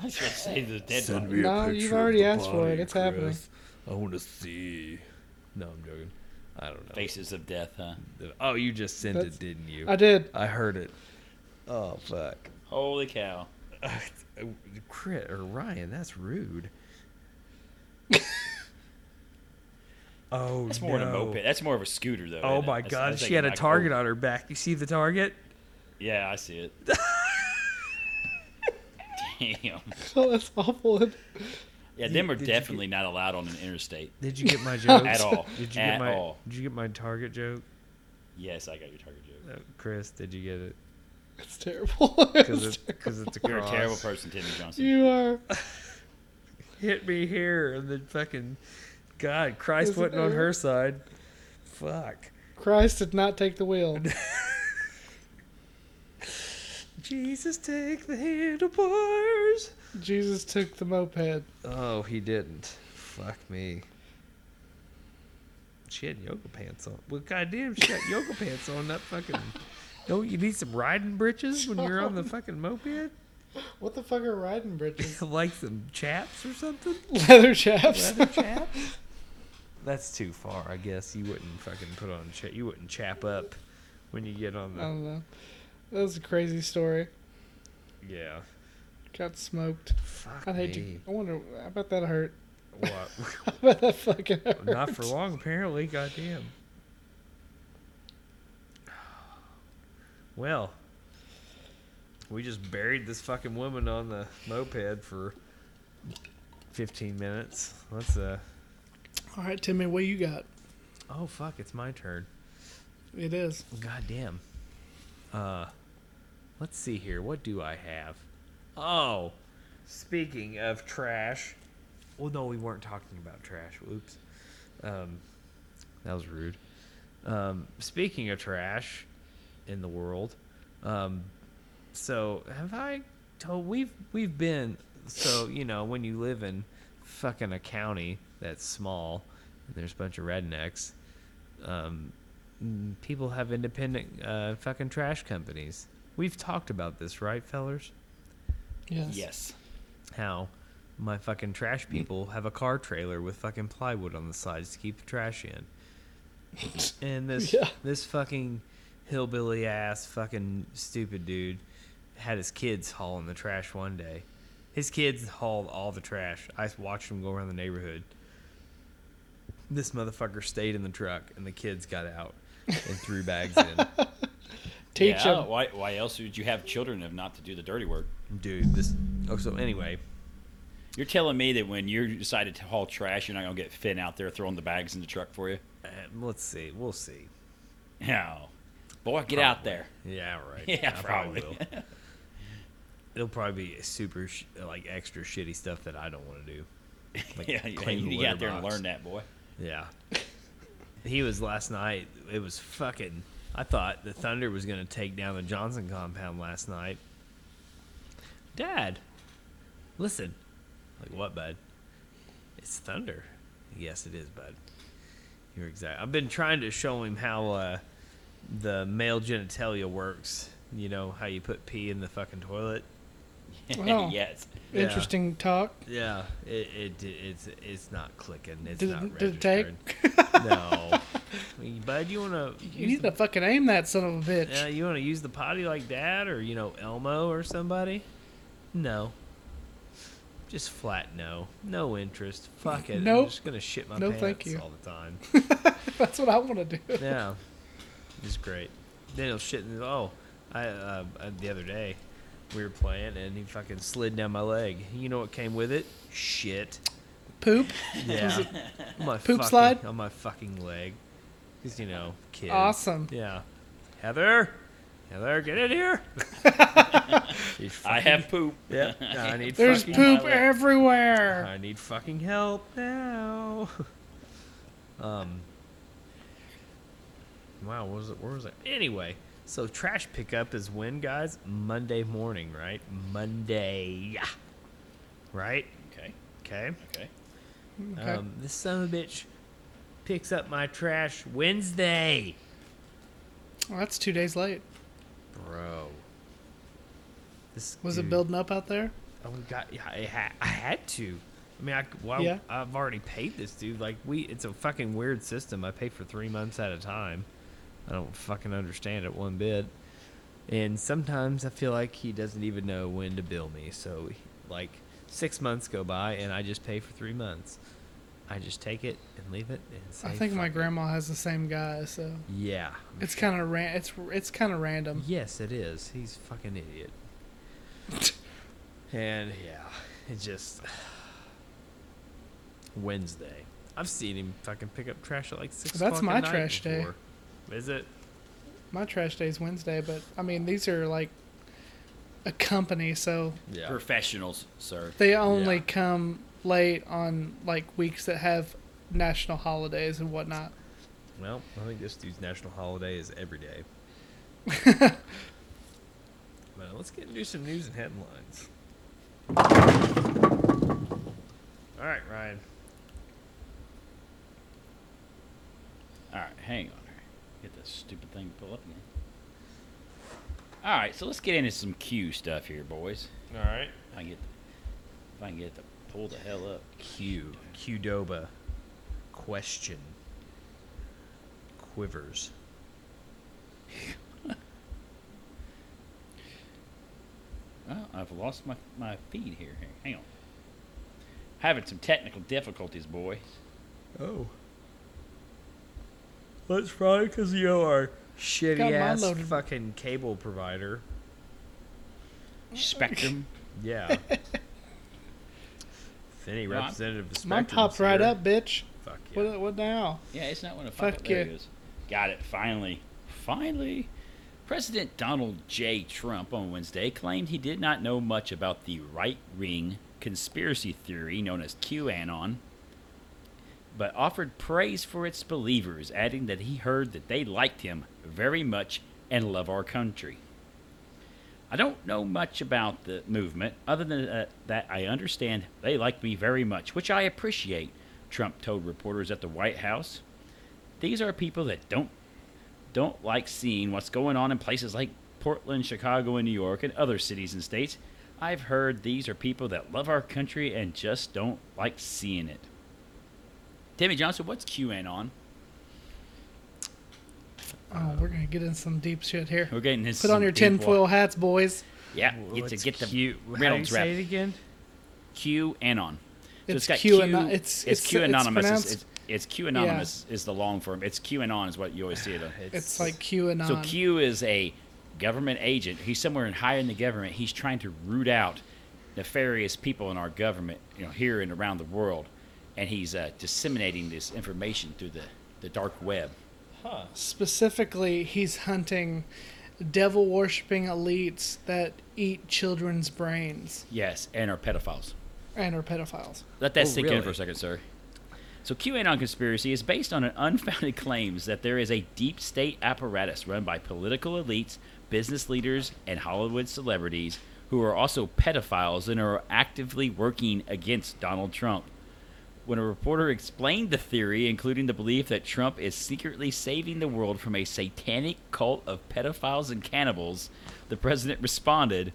[SPEAKER 2] I was gonna say the dead
[SPEAKER 4] Send
[SPEAKER 2] body.
[SPEAKER 4] me
[SPEAKER 3] No,
[SPEAKER 4] a picture
[SPEAKER 3] you've
[SPEAKER 4] of
[SPEAKER 3] already
[SPEAKER 4] the
[SPEAKER 3] asked for
[SPEAKER 4] body,
[SPEAKER 3] it. It's happening.
[SPEAKER 4] Chris. I want to see.
[SPEAKER 1] No, I'm joking. I don't know.
[SPEAKER 2] Faces of death, huh?
[SPEAKER 1] Oh, you just sent
[SPEAKER 3] That's-
[SPEAKER 1] it, didn't you?
[SPEAKER 3] I did.
[SPEAKER 1] I heard it. Oh fuck.
[SPEAKER 2] Holy cow.
[SPEAKER 1] Crit or Ryan, that's rude. oh,
[SPEAKER 2] That's more
[SPEAKER 1] no.
[SPEAKER 2] than a moped. That's more of a scooter, though.
[SPEAKER 1] Oh
[SPEAKER 2] isn't it?
[SPEAKER 1] my
[SPEAKER 2] That's-
[SPEAKER 1] god,
[SPEAKER 2] I'm
[SPEAKER 1] she
[SPEAKER 2] thinking
[SPEAKER 1] had a
[SPEAKER 2] like,
[SPEAKER 1] target
[SPEAKER 2] oh,
[SPEAKER 1] on her back. You see the target?
[SPEAKER 2] Yeah, I see it. Damn.
[SPEAKER 3] Oh, that's awful.
[SPEAKER 2] Yeah,
[SPEAKER 1] Did-
[SPEAKER 2] them are
[SPEAKER 1] did you
[SPEAKER 2] definitely not allowed on an interstate
[SPEAKER 1] Did you get my joke
[SPEAKER 2] at all.
[SPEAKER 1] Did you
[SPEAKER 2] at
[SPEAKER 1] get my
[SPEAKER 2] all.
[SPEAKER 1] Did you get my Target joke,
[SPEAKER 2] Yes, I got your target joke.
[SPEAKER 1] uh, Chris? Did you get it?
[SPEAKER 3] It's terrible.
[SPEAKER 1] Because it's because it's a
[SPEAKER 2] You're a
[SPEAKER 1] cross.
[SPEAKER 2] terrible person, Timmy Johnson.
[SPEAKER 3] you are.
[SPEAKER 1] Hit me here, and then fucking God, Christ
[SPEAKER 3] Isn't
[SPEAKER 1] wasn't on
[SPEAKER 3] it?
[SPEAKER 1] her side. Fuck.
[SPEAKER 3] Christ did not take the wheel.
[SPEAKER 1] Jesus, take the handlebars.
[SPEAKER 3] Jesus took the moped.
[SPEAKER 1] Oh, he didn't. Fuck me. She had yoga pants on. Well, goddamn, she got yoga pants on. That fucking. Don't you need some riding britches when you're on the fucking moped?
[SPEAKER 3] What the fuck are riding britches?
[SPEAKER 1] like some chaps or something?
[SPEAKER 3] Leather chaps.
[SPEAKER 1] Leather chaps? That's too far, I guess. You wouldn't fucking put on. Cha- you wouldn't chap up when you get on
[SPEAKER 3] I
[SPEAKER 1] the.
[SPEAKER 3] don't know. That was a crazy story.
[SPEAKER 1] yeah.
[SPEAKER 3] Got smoked.
[SPEAKER 1] Fuck
[SPEAKER 3] I hate
[SPEAKER 1] me.
[SPEAKER 3] you. I wonder. I bet that hurt.
[SPEAKER 1] What?
[SPEAKER 3] I bet that fucking hurt.
[SPEAKER 1] Not for long, apparently. Goddamn. Well, we just buried this fucking woman on the moped for 15 minutes. Let's, uh.
[SPEAKER 3] All right, Timmy, what you got?
[SPEAKER 1] Oh, fuck, it's my turn.
[SPEAKER 3] It is.
[SPEAKER 1] Goddamn. Uh. Let's see here. What do I have? Oh! Speaking of trash. Well, no, we weren't talking about trash. Whoops. Um, that was rude. Um, speaking of trash in the world, um, so have I told we've we've been so you know when you live in fucking a county that's small and there's a bunch of rednecks, um, mm, people have independent uh, fucking trash companies. We've talked about this, right, fellers?
[SPEAKER 3] Yes.
[SPEAKER 2] Yes.
[SPEAKER 1] how my fucking trash people have a car trailer with fucking plywood on the sides to keep the trash in. And this
[SPEAKER 3] Yeah.
[SPEAKER 1] this fucking hillbilly ass fucking stupid dude had his kids hauling the trash one day. His kids hauled all the trash. I watched him go around the neighborhood. This motherfucker stayed in the truck and the kids got out and threw bags in.
[SPEAKER 3] Teach
[SPEAKER 2] yeah.
[SPEAKER 3] 'em.
[SPEAKER 2] Why, why else would you have children if not to do the dirty work?
[SPEAKER 1] Dude, this Oh, so anyway,
[SPEAKER 2] You're telling me that when you decided to haul trash, you're not going to get Finn out there throwing the bags in the truck for you?
[SPEAKER 1] uh, let's see. We'll see.
[SPEAKER 2] No. Boy, get out there.
[SPEAKER 1] Yeah, right.
[SPEAKER 2] Yeah, probably.
[SPEAKER 1] will. It'll probably be super, sh- like extra shitty stuff that I don't want to do. Like
[SPEAKER 2] yeah, yeah,
[SPEAKER 1] clean
[SPEAKER 2] you
[SPEAKER 1] the
[SPEAKER 2] need to
[SPEAKER 1] litter
[SPEAKER 2] get out there and
[SPEAKER 1] box.
[SPEAKER 2] learn that, boy.
[SPEAKER 1] Yeah. he was last night. It was fucking. I thought the Thunder was going to take down the Johnson compound last night. Dad, listen. Like, what, bud? It's Thunder. Yes, it is, bud. You're exact. I've been trying to show him how uh, the male genitalia works. You know, how you put pee in the fucking toilet.
[SPEAKER 3] Wow.
[SPEAKER 2] yes.
[SPEAKER 1] Yeah.
[SPEAKER 3] Interesting talk.
[SPEAKER 1] Yeah, it, it it's it's not clicking. It's
[SPEAKER 3] Did-
[SPEAKER 1] not
[SPEAKER 3] did it take?
[SPEAKER 1] registering. no, bud, you wanna
[SPEAKER 3] You
[SPEAKER 1] use
[SPEAKER 3] need
[SPEAKER 1] the,
[SPEAKER 3] to fucking aim that son of a bitch.
[SPEAKER 1] yeah, you wanna use the potty like dad or you know Elmo or somebody? No. Just flat no, no interest. Fuck it. I'm
[SPEAKER 3] Nope.
[SPEAKER 1] just gonna shit my
[SPEAKER 3] No,
[SPEAKER 1] pants
[SPEAKER 3] thank you.
[SPEAKER 1] all the time.
[SPEAKER 3] That's what I want to do.
[SPEAKER 1] Yeah, it's great. Then he'll shit. In the, oh, I uh, uh, the other day we were playing and he fucking slid down my leg. You know what came with it? Shit.
[SPEAKER 3] Poop.
[SPEAKER 1] Yeah. on my
[SPEAKER 3] Poop
[SPEAKER 1] fucking,
[SPEAKER 3] slide?
[SPEAKER 1] on my fucking leg. Cause you know, kid.
[SPEAKER 3] Awesome.
[SPEAKER 1] Yeah. Heather, Heather, get in here. She
[SPEAKER 2] I
[SPEAKER 1] fucking-
[SPEAKER 2] have poop.
[SPEAKER 1] Yep. I need
[SPEAKER 3] There's
[SPEAKER 1] fucking
[SPEAKER 3] poop
[SPEAKER 2] my leg.
[SPEAKER 3] everywhere.
[SPEAKER 1] I need fucking help now. um. Wow, what was it? Where was it? Anyway, so trash pickup is when, guys? Monday morning, right? Monday. Right?
[SPEAKER 2] Okay.
[SPEAKER 1] Okay.
[SPEAKER 2] Okay.
[SPEAKER 3] Okay.
[SPEAKER 1] Um, this son of a bitch picks up my trash Wednesday.
[SPEAKER 3] Well, that's two days late.
[SPEAKER 1] Bro. This
[SPEAKER 3] Was it
[SPEAKER 1] dude-
[SPEAKER 3] building up out there?
[SPEAKER 1] Oh, we got, yeah, I, ha- I had to. I mean, I, why
[SPEAKER 3] Yeah.
[SPEAKER 1] I've already paid this dude. Like, we, it's a fucking weird system. I pay for three months at a time. I don't fucking understand it one bit. And sometimes I feel like he doesn't even know when to bill me. So, like, six months go by and I just pay for three months. I just take it and leave it. And say,
[SPEAKER 3] I think my
[SPEAKER 1] "Fuck it."
[SPEAKER 3] grandma has the same guy, so
[SPEAKER 1] Yeah.
[SPEAKER 3] it's kind of ran. It's it's kind of random.
[SPEAKER 1] Yes, it is. He's a fucking idiot. and yeah, it just Wednesday. I've seen him fucking pick up trash at like six.
[SPEAKER 3] That's
[SPEAKER 1] o'clock
[SPEAKER 3] my
[SPEAKER 1] at night
[SPEAKER 3] trash day.
[SPEAKER 1] before. Is it?
[SPEAKER 3] My trash day's Wednesday, but I mean these are like a company, so
[SPEAKER 1] Yeah.
[SPEAKER 2] Professionals, sir.
[SPEAKER 3] they only
[SPEAKER 1] Yeah.
[SPEAKER 3] come late on like weeks that have national holidays and whatnot.
[SPEAKER 1] Well, I think this dude's national holiday is every day. but let's get into some news and headlines. All right, Ryan.
[SPEAKER 2] All right, hang on. Get this stupid thing to pull up again. All right, so let's get into some Q stuff here, boys.
[SPEAKER 1] All right.
[SPEAKER 2] If I can get, if I can get it to pull the hell up.
[SPEAKER 1] Q. Qdoba. Question. Quivers.
[SPEAKER 2] Well, Oh, I've lost my, my feed here. Hang- Hang on. Having some technical difficulties, boys.
[SPEAKER 1] Oh. That's probably because you are shitty
[SPEAKER 3] mine
[SPEAKER 1] ass
[SPEAKER 3] loaded.
[SPEAKER 1] fucking cable provider.
[SPEAKER 2] Spectrum.
[SPEAKER 1] Yeah. if any
[SPEAKER 2] No, I'm-
[SPEAKER 1] representative of
[SPEAKER 3] Mine
[SPEAKER 1] Spectrum's
[SPEAKER 3] popped right
[SPEAKER 1] here,
[SPEAKER 3] up, bitch.
[SPEAKER 1] Fuck yeah.
[SPEAKER 3] What what now?
[SPEAKER 2] Yeah, it's not one of fuck
[SPEAKER 3] Fuck
[SPEAKER 2] there
[SPEAKER 3] you.
[SPEAKER 2] it is. Got it. Finally, finally. President Donald J. Trump on Wednesday claimed he did not know much about the right-wing conspiracy theory known as QAnon, but offered praise for its believers, adding that he heard that they liked him very much and love our country. I don't know much about the movement other than uh, that I understand they like me very much, which I appreciate, Trump told reporters at the White House. These are people that don't don't like seeing what's going on in places like Portland, Chicago, and New York and other cities and states. I've heard these are people that love our country and just don't like seeing it. Timmy Johnson, what's QAnon?
[SPEAKER 3] Oh, we're gonna get in some deep shit here.
[SPEAKER 2] We're getting this.
[SPEAKER 3] Put on
[SPEAKER 2] some
[SPEAKER 3] your
[SPEAKER 2] deep
[SPEAKER 3] tinfoil
[SPEAKER 2] wa-
[SPEAKER 3] hats, boys.
[SPEAKER 2] Yeah,
[SPEAKER 1] Well,
[SPEAKER 2] get to
[SPEAKER 1] it's
[SPEAKER 2] get the
[SPEAKER 1] Q- How do you
[SPEAKER 2] Reynolds wrap.
[SPEAKER 1] say it again?
[SPEAKER 2] QAnon. So
[SPEAKER 3] It's
[SPEAKER 2] got
[SPEAKER 3] QAnon-
[SPEAKER 2] Q-
[SPEAKER 3] it's-
[SPEAKER 2] it's
[SPEAKER 3] it's- it's
[SPEAKER 2] QAnonymous. It's,
[SPEAKER 3] pronounced-
[SPEAKER 2] it's, it's QAnonymous is the long form. It's QAnon is what you always see it. on.
[SPEAKER 3] It's like QAnon.
[SPEAKER 2] So Q is a government agent. He's somewhere in high in the government. He's trying to root out nefarious people in our government, you know, here and around the world, and he's uh, disseminating this information through the, the dark web.
[SPEAKER 3] Specifically, he's hunting devil worshipping elites that eat children's brains
[SPEAKER 2] Yes, and are pedophiles.
[SPEAKER 3] and are pedophiles.
[SPEAKER 2] Let that
[SPEAKER 1] Oh,
[SPEAKER 2] sink in
[SPEAKER 1] really?
[SPEAKER 2] for a second, sir. So QAnon conspiracy is based on an unfounded claims that there is a deep state apparatus run by political elites, business leaders, and Hollywood celebrities who are also pedophiles and are actively working against Donald Trump. When a reporter explained the theory, including the belief that Trump is secretly saving the world from a satanic cult of pedophiles and cannibals, the president responded,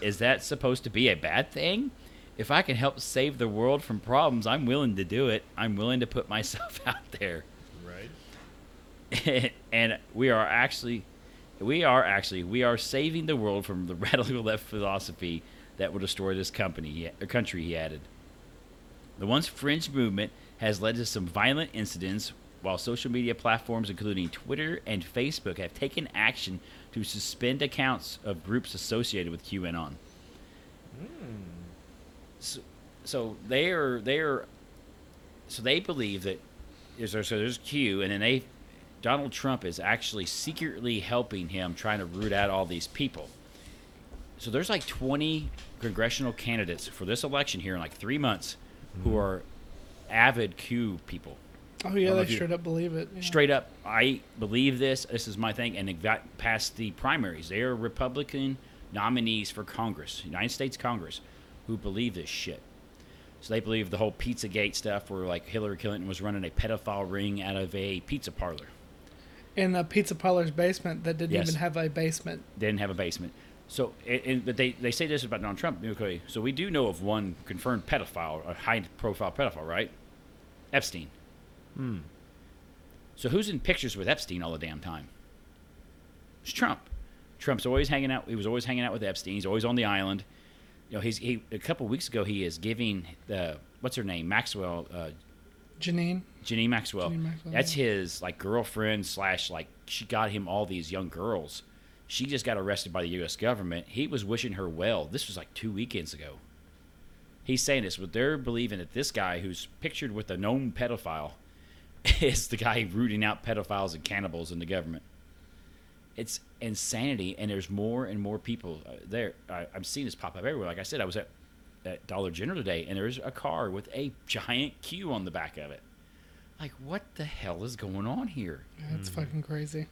[SPEAKER 2] Is that supposed to be a bad thing? If I can help save the world from problems, I'm willing to do it. I'm willing to put myself out there.
[SPEAKER 1] Right.
[SPEAKER 2] and we are actually we are actually we are saving the world from the radical left philosophy that will destroy this company he- uh, country he added the once fringe movement has led to some violent incidents while social media platforms including twitter and facebook have taken action to suspend accounts of groups associated with qanon so, so they are they are so they believe that is there so there's Q and then they Donald Trump is actually secretly helping him trying to root out all these people. So there's like 20 congressional candidates for this election here in like 3 months who are avid Q people.
[SPEAKER 3] Oh yeah,
[SPEAKER 2] Well,
[SPEAKER 3] they
[SPEAKER 2] if you-
[SPEAKER 3] straight up believe it. yeah.
[SPEAKER 2] Straight up, I believe this. This is my thing, and it got past the primaries. They are Republican nominees for Congress, United States Congress, who believe this shit. So they believe the whole PizzaGate stuff, where like Hillary Clinton was running a pedophile ring out of a pizza parlor.
[SPEAKER 3] in a pizza parlor's basement that didn't
[SPEAKER 2] Yes.
[SPEAKER 3] even have a basement.
[SPEAKER 2] They didn't have a basement. So, and, and, but they, they say this about Donald Trump. Okay, so we do know of one confirmed pedophile, a high profile pedophile, right? Epstein. Hmm. So who's in pictures with Epstein all the damn time? It's Trump. Trump's always hanging out. He was always hanging out with Epstein. He's always on the island. You know, he's he, a couple weeks ago he is giving the what's her name Maxwell uh,
[SPEAKER 3] Janine,
[SPEAKER 2] Jenny Maxwell.
[SPEAKER 3] Jenny Maxwell,
[SPEAKER 2] That's
[SPEAKER 3] yeah.
[SPEAKER 2] his like girlfriend slash like she got him all these young girls. She just got arrested by the U.S. government. He was wishing her well. This was like two weekends ago. he's saying this, but they're believing that this guy who's pictured with a known pedophile is the guy rooting out pedophiles and cannibals in the government. It's insanity, and there's more and more people uh, there. I, I'm seeing this pop up everywhere. Like I said, I was at, at Dollar General today, and there's a car with a giant Q on the back of it. Like, what the hell is going on here?
[SPEAKER 3] Yeah, that's fucking crazy.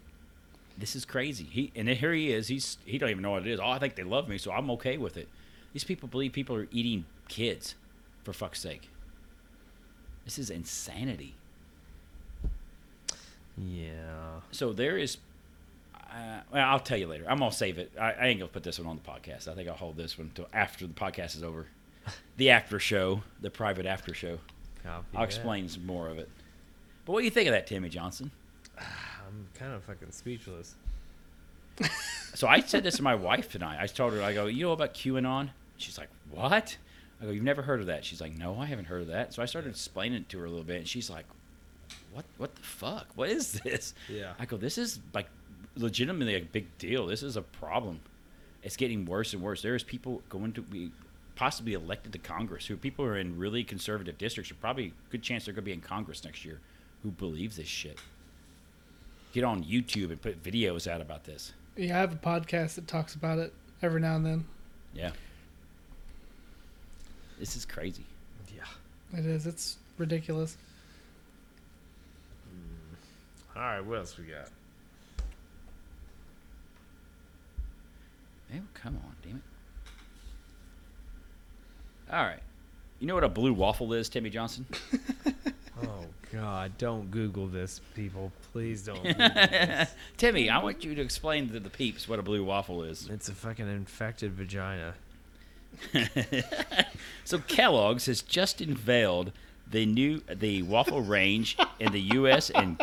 [SPEAKER 2] this is crazy. He and here he is. He's he don't even know what it is. Oh, I think they love me, so I'm okay with it. These people believe people are eating kids, for fuck's sake. This is insanity.
[SPEAKER 1] Yeah.
[SPEAKER 2] So there is. Uh, well, I'll tell you later. I'm gonna save it. I, I ain't gonna put this one on the podcast. I think I'll hold this one until after the podcast is over, the after show, the private after show.
[SPEAKER 1] Copy
[SPEAKER 2] I'll
[SPEAKER 1] that.
[SPEAKER 2] explain some more of it. But what do you think of that, Timmy Johnson?
[SPEAKER 1] I'm kind of fucking speechless.
[SPEAKER 2] So I said this to my wife tonight. I told her, I go, you know about QAnon? She's like, what? I go, you've never heard of that? She's like, no, I haven't heard of that. So I started explaining it to her a little bit, and she's like, what? What the fuck? What is this?
[SPEAKER 1] Yeah.
[SPEAKER 2] I go, this is like legitimately a big deal. This is a problem. It's getting worse and worse. There's people going to be possibly elected to Congress who people who are in really conservative districts are probably good chance they're going to be in Congress next year who believe this shit. Get on YouTube and put videos out about this.
[SPEAKER 3] Yeah, I have a podcast that talks about it every now and then.
[SPEAKER 2] Yeah. This is crazy.
[SPEAKER 1] Yeah.
[SPEAKER 3] It is. It's ridiculous.
[SPEAKER 1] All right. What else we got?
[SPEAKER 2] Oh, come on, damn it. All right. You know what a blue waffle is, Timmy Johnson?
[SPEAKER 1] Oh God! Don't Google this, people. Please don't.
[SPEAKER 2] Timmy, I want you to explain to the peeps what a blue waffle is.
[SPEAKER 1] it's a fucking infected vagina.
[SPEAKER 2] So Kellogg's has just unveiled the new the waffle range in the U.S. and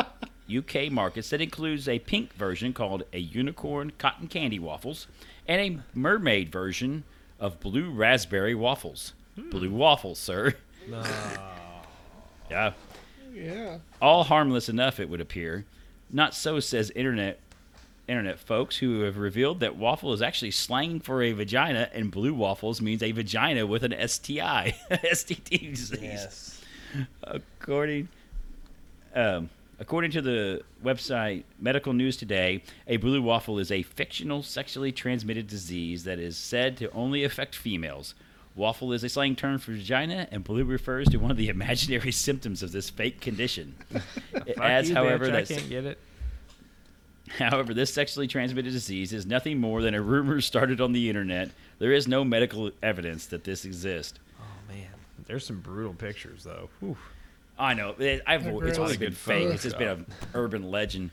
[SPEAKER 2] UK markets that includes a pink version called a unicorn cotton candy waffles and a mermaid version of blue raspberry waffles. Blue waffles, sir. yeah,
[SPEAKER 3] Yeah.
[SPEAKER 2] all harmless enough it would appear. Not so says internet internet folks who have revealed that waffle is actually slang for a vagina and blue waffles means a vagina with an STI, STD disease. According um, according to the website Medical News Today, a blue waffle is a fictional sexually transmitted disease that is said to only affect females. Waffle is a slang term for vagina, and blue refers to one of the imaginary symptoms of this fake condition. It
[SPEAKER 1] Fuck
[SPEAKER 2] adds,
[SPEAKER 1] you,
[SPEAKER 2] however,
[SPEAKER 1] bitch, I
[SPEAKER 2] that
[SPEAKER 1] can't get it.
[SPEAKER 2] However, this sexually transmitted disease is nothing more than a rumor started on the internet. There is no medical evidence that this exists.
[SPEAKER 1] Oh man, there's some brutal pictures though. Whew.
[SPEAKER 2] I know it- I've,
[SPEAKER 3] They're
[SPEAKER 2] it's always
[SPEAKER 3] gross.
[SPEAKER 2] been
[SPEAKER 1] Good
[SPEAKER 2] fake.
[SPEAKER 1] photo
[SPEAKER 2] It's just been an urban legend.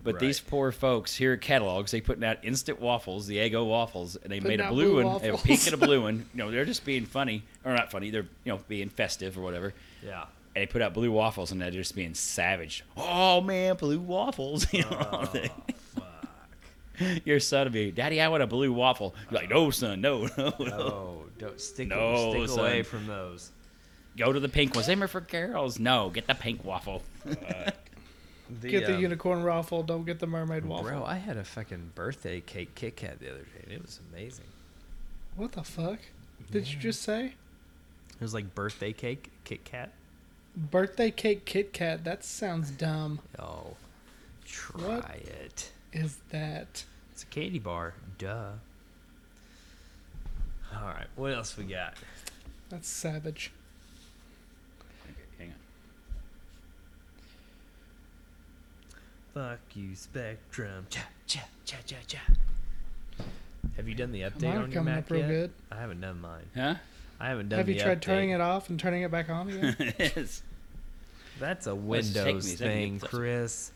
[SPEAKER 2] But
[SPEAKER 1] Right.
[SPEAKER 2] these poor folks here at Catalogs, they putting out instant waffles, the Eggo waffles, and they
[SPEAKER 3] Putting
[SPEAKER 2] made a
[SPEAKER 3] out
[SPEAKER 2] blue,
[SPEAKER 3] blue
[SPEAKER 2] one, a
[SPEAKER 3] waffles.
[SPEAKER 2] pink and a blue one. You know, they're just being funny, or not funny. They're you know being festive or whatever.
[SPEAKER 1] Yeah.
[SPEAKER 2] And they put out blue waffles, and they're just being savage. Oh man, blue waffles! You know, your son would be, Daddy, I want a blue waffle. You're like, No, son, no, no, no.
[SPEAKER 1] Oh, don't stick,
[SPEAKER 2] No,
[SPEAKER 1] stick
[SPEAKER 2] son.
[SPEAKER 1] away from those.
[SPEAKER 2] Go to the pink ones. Them are for girls. No, get the pink waffle.
[SPEAKER 3] Get the
[SPEAKER 1] um,
[SPEAKER 3] unicorn waffle. Don't get the mermaid waffle.
[SPEAKER 1] Bro, I had a fucking birthday cake Kit Kat the other day, and it was amazing.
[SPEAKER 3] What the fuck? Did you just say
[SPEAKER 1] It was like birthday cake Kit Kat.
[SPEAKER 3] birthday cake Kit Kat? That sounds dumb.
[SPEAKER 1] Oh, try it.
[SPEAKER 3] Is that?
[SPEAKER 1] It's a candy bar. Duh. All right, what else we got?
[SPEAKER 3] That's savage.
[SPEAKER 2] Okay, hang on.
[SPEAKER 1] Fuck you, Spectrum. Cha cha cha cha cha. Have you done the update
[SPEAKER 3] Mine are
[SPEAKER 1] on your
[SPEAKER 3] coming
[SPEAKER 1] Mac
[SPEAKER 3] up real
[SPEAKER 1] yet?
[SPEAKER 3] good.
[SPEAKER 1] I haven't done mine.
[SPEAKER 2] Huh?
[SPEAKER 1] I haven't done.
[SPEAKER 3] Have you
[SPEAKER 1] the
[SPEAKER 3] tried
[SPEAKER 1] update.
[SPEAKER 3] turning it off and turning it back on again?
[SPEAKER 2] It's-
[SPEAKER 1] That's a
[SPEAKER 2] does it take me?
[SPEAKER 1] Windows
[SPEAKER 2] Is that gonna
[SPEAKER 1] thing,
[SPEAKER 2] get-
[SPEAKER 1] Chris.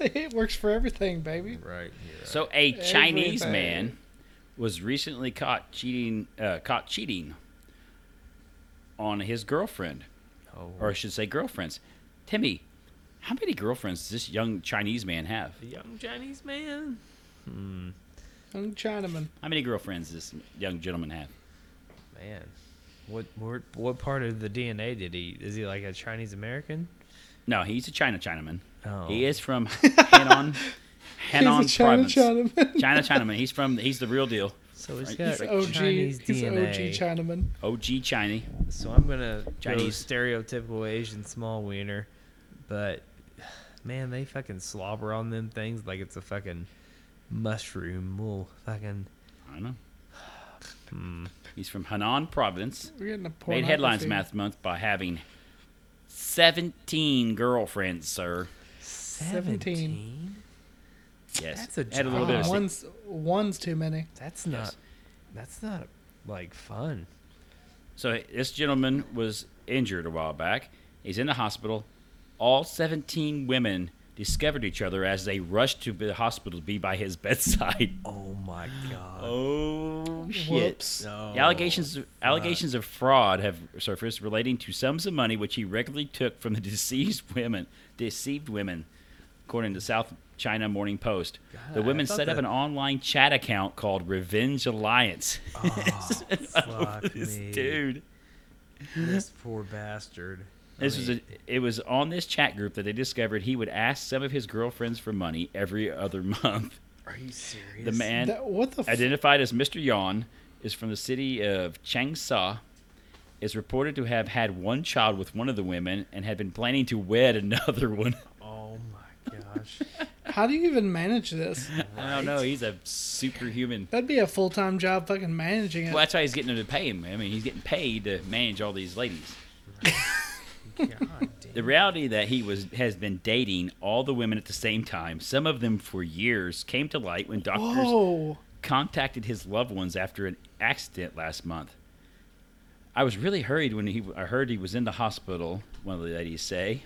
[SPEAKER 3] it works for everything, baby.
[SPEAKER 1] Right here.
[SPEAKER 2] So a Chinese
[SPEAKER 3] Everything.
[SPEAKER 2] man was recently caught cheating, uh, caught cheating on his girlfriend,
[SPEAKER 1] oh,
[SPEAKER 2] or I should say girlfriends. Timmy, how many girlfriends does this young Chinese man have?
[SPEAKER 1] the young Chinese man.
[SPEAKER 3] Young Chinaman.
[SPEAKER 2] How many girlfriends does this young gentleman have?
[SPEAKER 1] Man, what what what part of the DNA did he? Is he like a Chinese American?
[SPEAKER 2] No, he's a China Chinaman.
[SPEAKER 1] Oh.
[SPEAKER 2] He is from Henan, Henan
[SPEAKER 3] He's a China
[SPEAKER 2] province.
[SPEAKER 3] Chinaman.
[SPEAKER 2] China Chinaman. He's from. He's the real deal.
[SPEAKER 1] So he's
[SPEAKER 2] Right,
[SPEAKER 1] got
[SPEAKER 2] he's
[SPEAKER 3] OG,
[SPEAKER 1] Chinese
[SPEAKER 3] he's
[SPEAKER 1] DNA.
[SPEAKER 3] OG Chinaman.
[SPEAKER 2] OG Chinese.
[SPEAKER 1] So I'm gonna
[SPEAKER 2] Chinese.
[SPEAKER 1] go stereotypical Asian small wiener, but man, they fucking slobber on them things like it's a fucking mushroom. We'll fucking
[SPEAKER 2] I don't know.
[SPEAKER 1] hmm.
[SPEAKER 2] He's from Henan Province.
[SPEAKER 3] We're getting a porn.
[SPEAKER 2] Made headlines last month by having 17 girlfriends, sir.
[SPEAKER 1] seventeen.
[SPEAKER 2] Yes.
[SPEAKER 1] That's a
[SPEAKER 2] Had a little bit of
[SPEAKER 1] job.
[SPEAKER 2] se-
[SPEAKER 3] Uh, one's one's too many.
[SPEAKER 1] That's not. That's not like fun.
[SPEAKER 2] So this gentleman was injured a while back. He's in the hospital. All 17 women discovered each other as they rushed to the hospital to be by his bedside.
[SPEAKER 1] Oh my god.
[SPEAKER 2] Oh
[SPEAKER 3] Whoops.
[SPEAKER 1] No.
[SPEAKER 2] The allegations allegations of fraud have surfaced relating to sums of money which he regularly took from the deceased women, deceived women, according to South China Morning Post.
[SPEAKER 1] God,
[SPEAKER 2] the
[SPEAKER 1] I
[SPEAKER 2] women
[SPEAKER 1] thought
[SPEAKER 2] set up
[SPEAKER 1] that-
[SPEAKER 2] an online chat account called Revenge Alliance.
[SPEAKER 1] Oh, fuck
[SPEAKER 2] this
[SPEAKER 1] me.
[SPEAKER 2] dude.
[SPEAKER 1] This poor bastard. I
[SPEAKER 2] This was
[SPEAKER 1] mean,
[SPEAKER 2] a, it was on this chat group that they discovered he would ask some of his girlfriends for money every other month.
[SPEAKER 1] Are you serious?
[SPEAKER 2] The man
[SPEAKER 3] That, what the? F-
[SPEAKER 2] identified as Mr. Yan, is from the city of Changsha, is reported to have had one child with one of the women and had been planning to wed another one.
[SPEAKER 1] Oh my gosh.
[SPEAKER 3] how do you even manage this?
[SPEAKER 2] I don't know. He's a superhuman.
[SPEAKER 3] That'd be a full time job, fucking managing it.
[SPEAKER 2] Well, that's why he's getting them to pay him. I mean, he's getting paid to manage all these ladies.
[SPEAKER 1] God damn.
[SPEAKER 2] The reality that he was has been dating all the women at the same time, some of them for years, came to light when doctors
[SPEAKER 3] Whoa!
[SPEAKER 2] contacted his loved ones after an accident last month. I was really hurried when he, I heard he was in the hospital, one of the ladies say.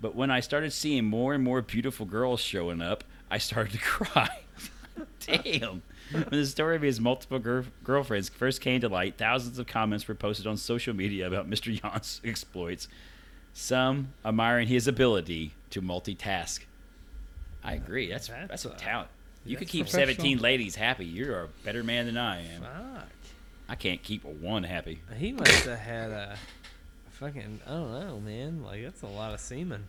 [SPEAKER 2] But when I started seeing more and more beautiful girls showing up, I started to cry. Damn. When the story of his multiple gir- girlfriends first came to light, thousands of comments were posted on social media about Mr. Yan's exploits, some admiring his ability to multitask. I agree. That's that's,
[SPEAKER 1] That's
[SPEAKER 2] a,
[SPEAKER 1] a-
[SPEAKER 2] talent. You could
[SPEAKER 1] that's
[SPEAKER 2] keep
[SPEAKER 3] professional.
[SPEAKER 2] 17 ladies happy. You're a better man than I am.
[SPEAKER 1] Fuck.
[SPEAKER 2] I can't keep a one happy.
[SPEAKER 1] He must have had a fucking. I don't know, man. Like that's a lot of semen.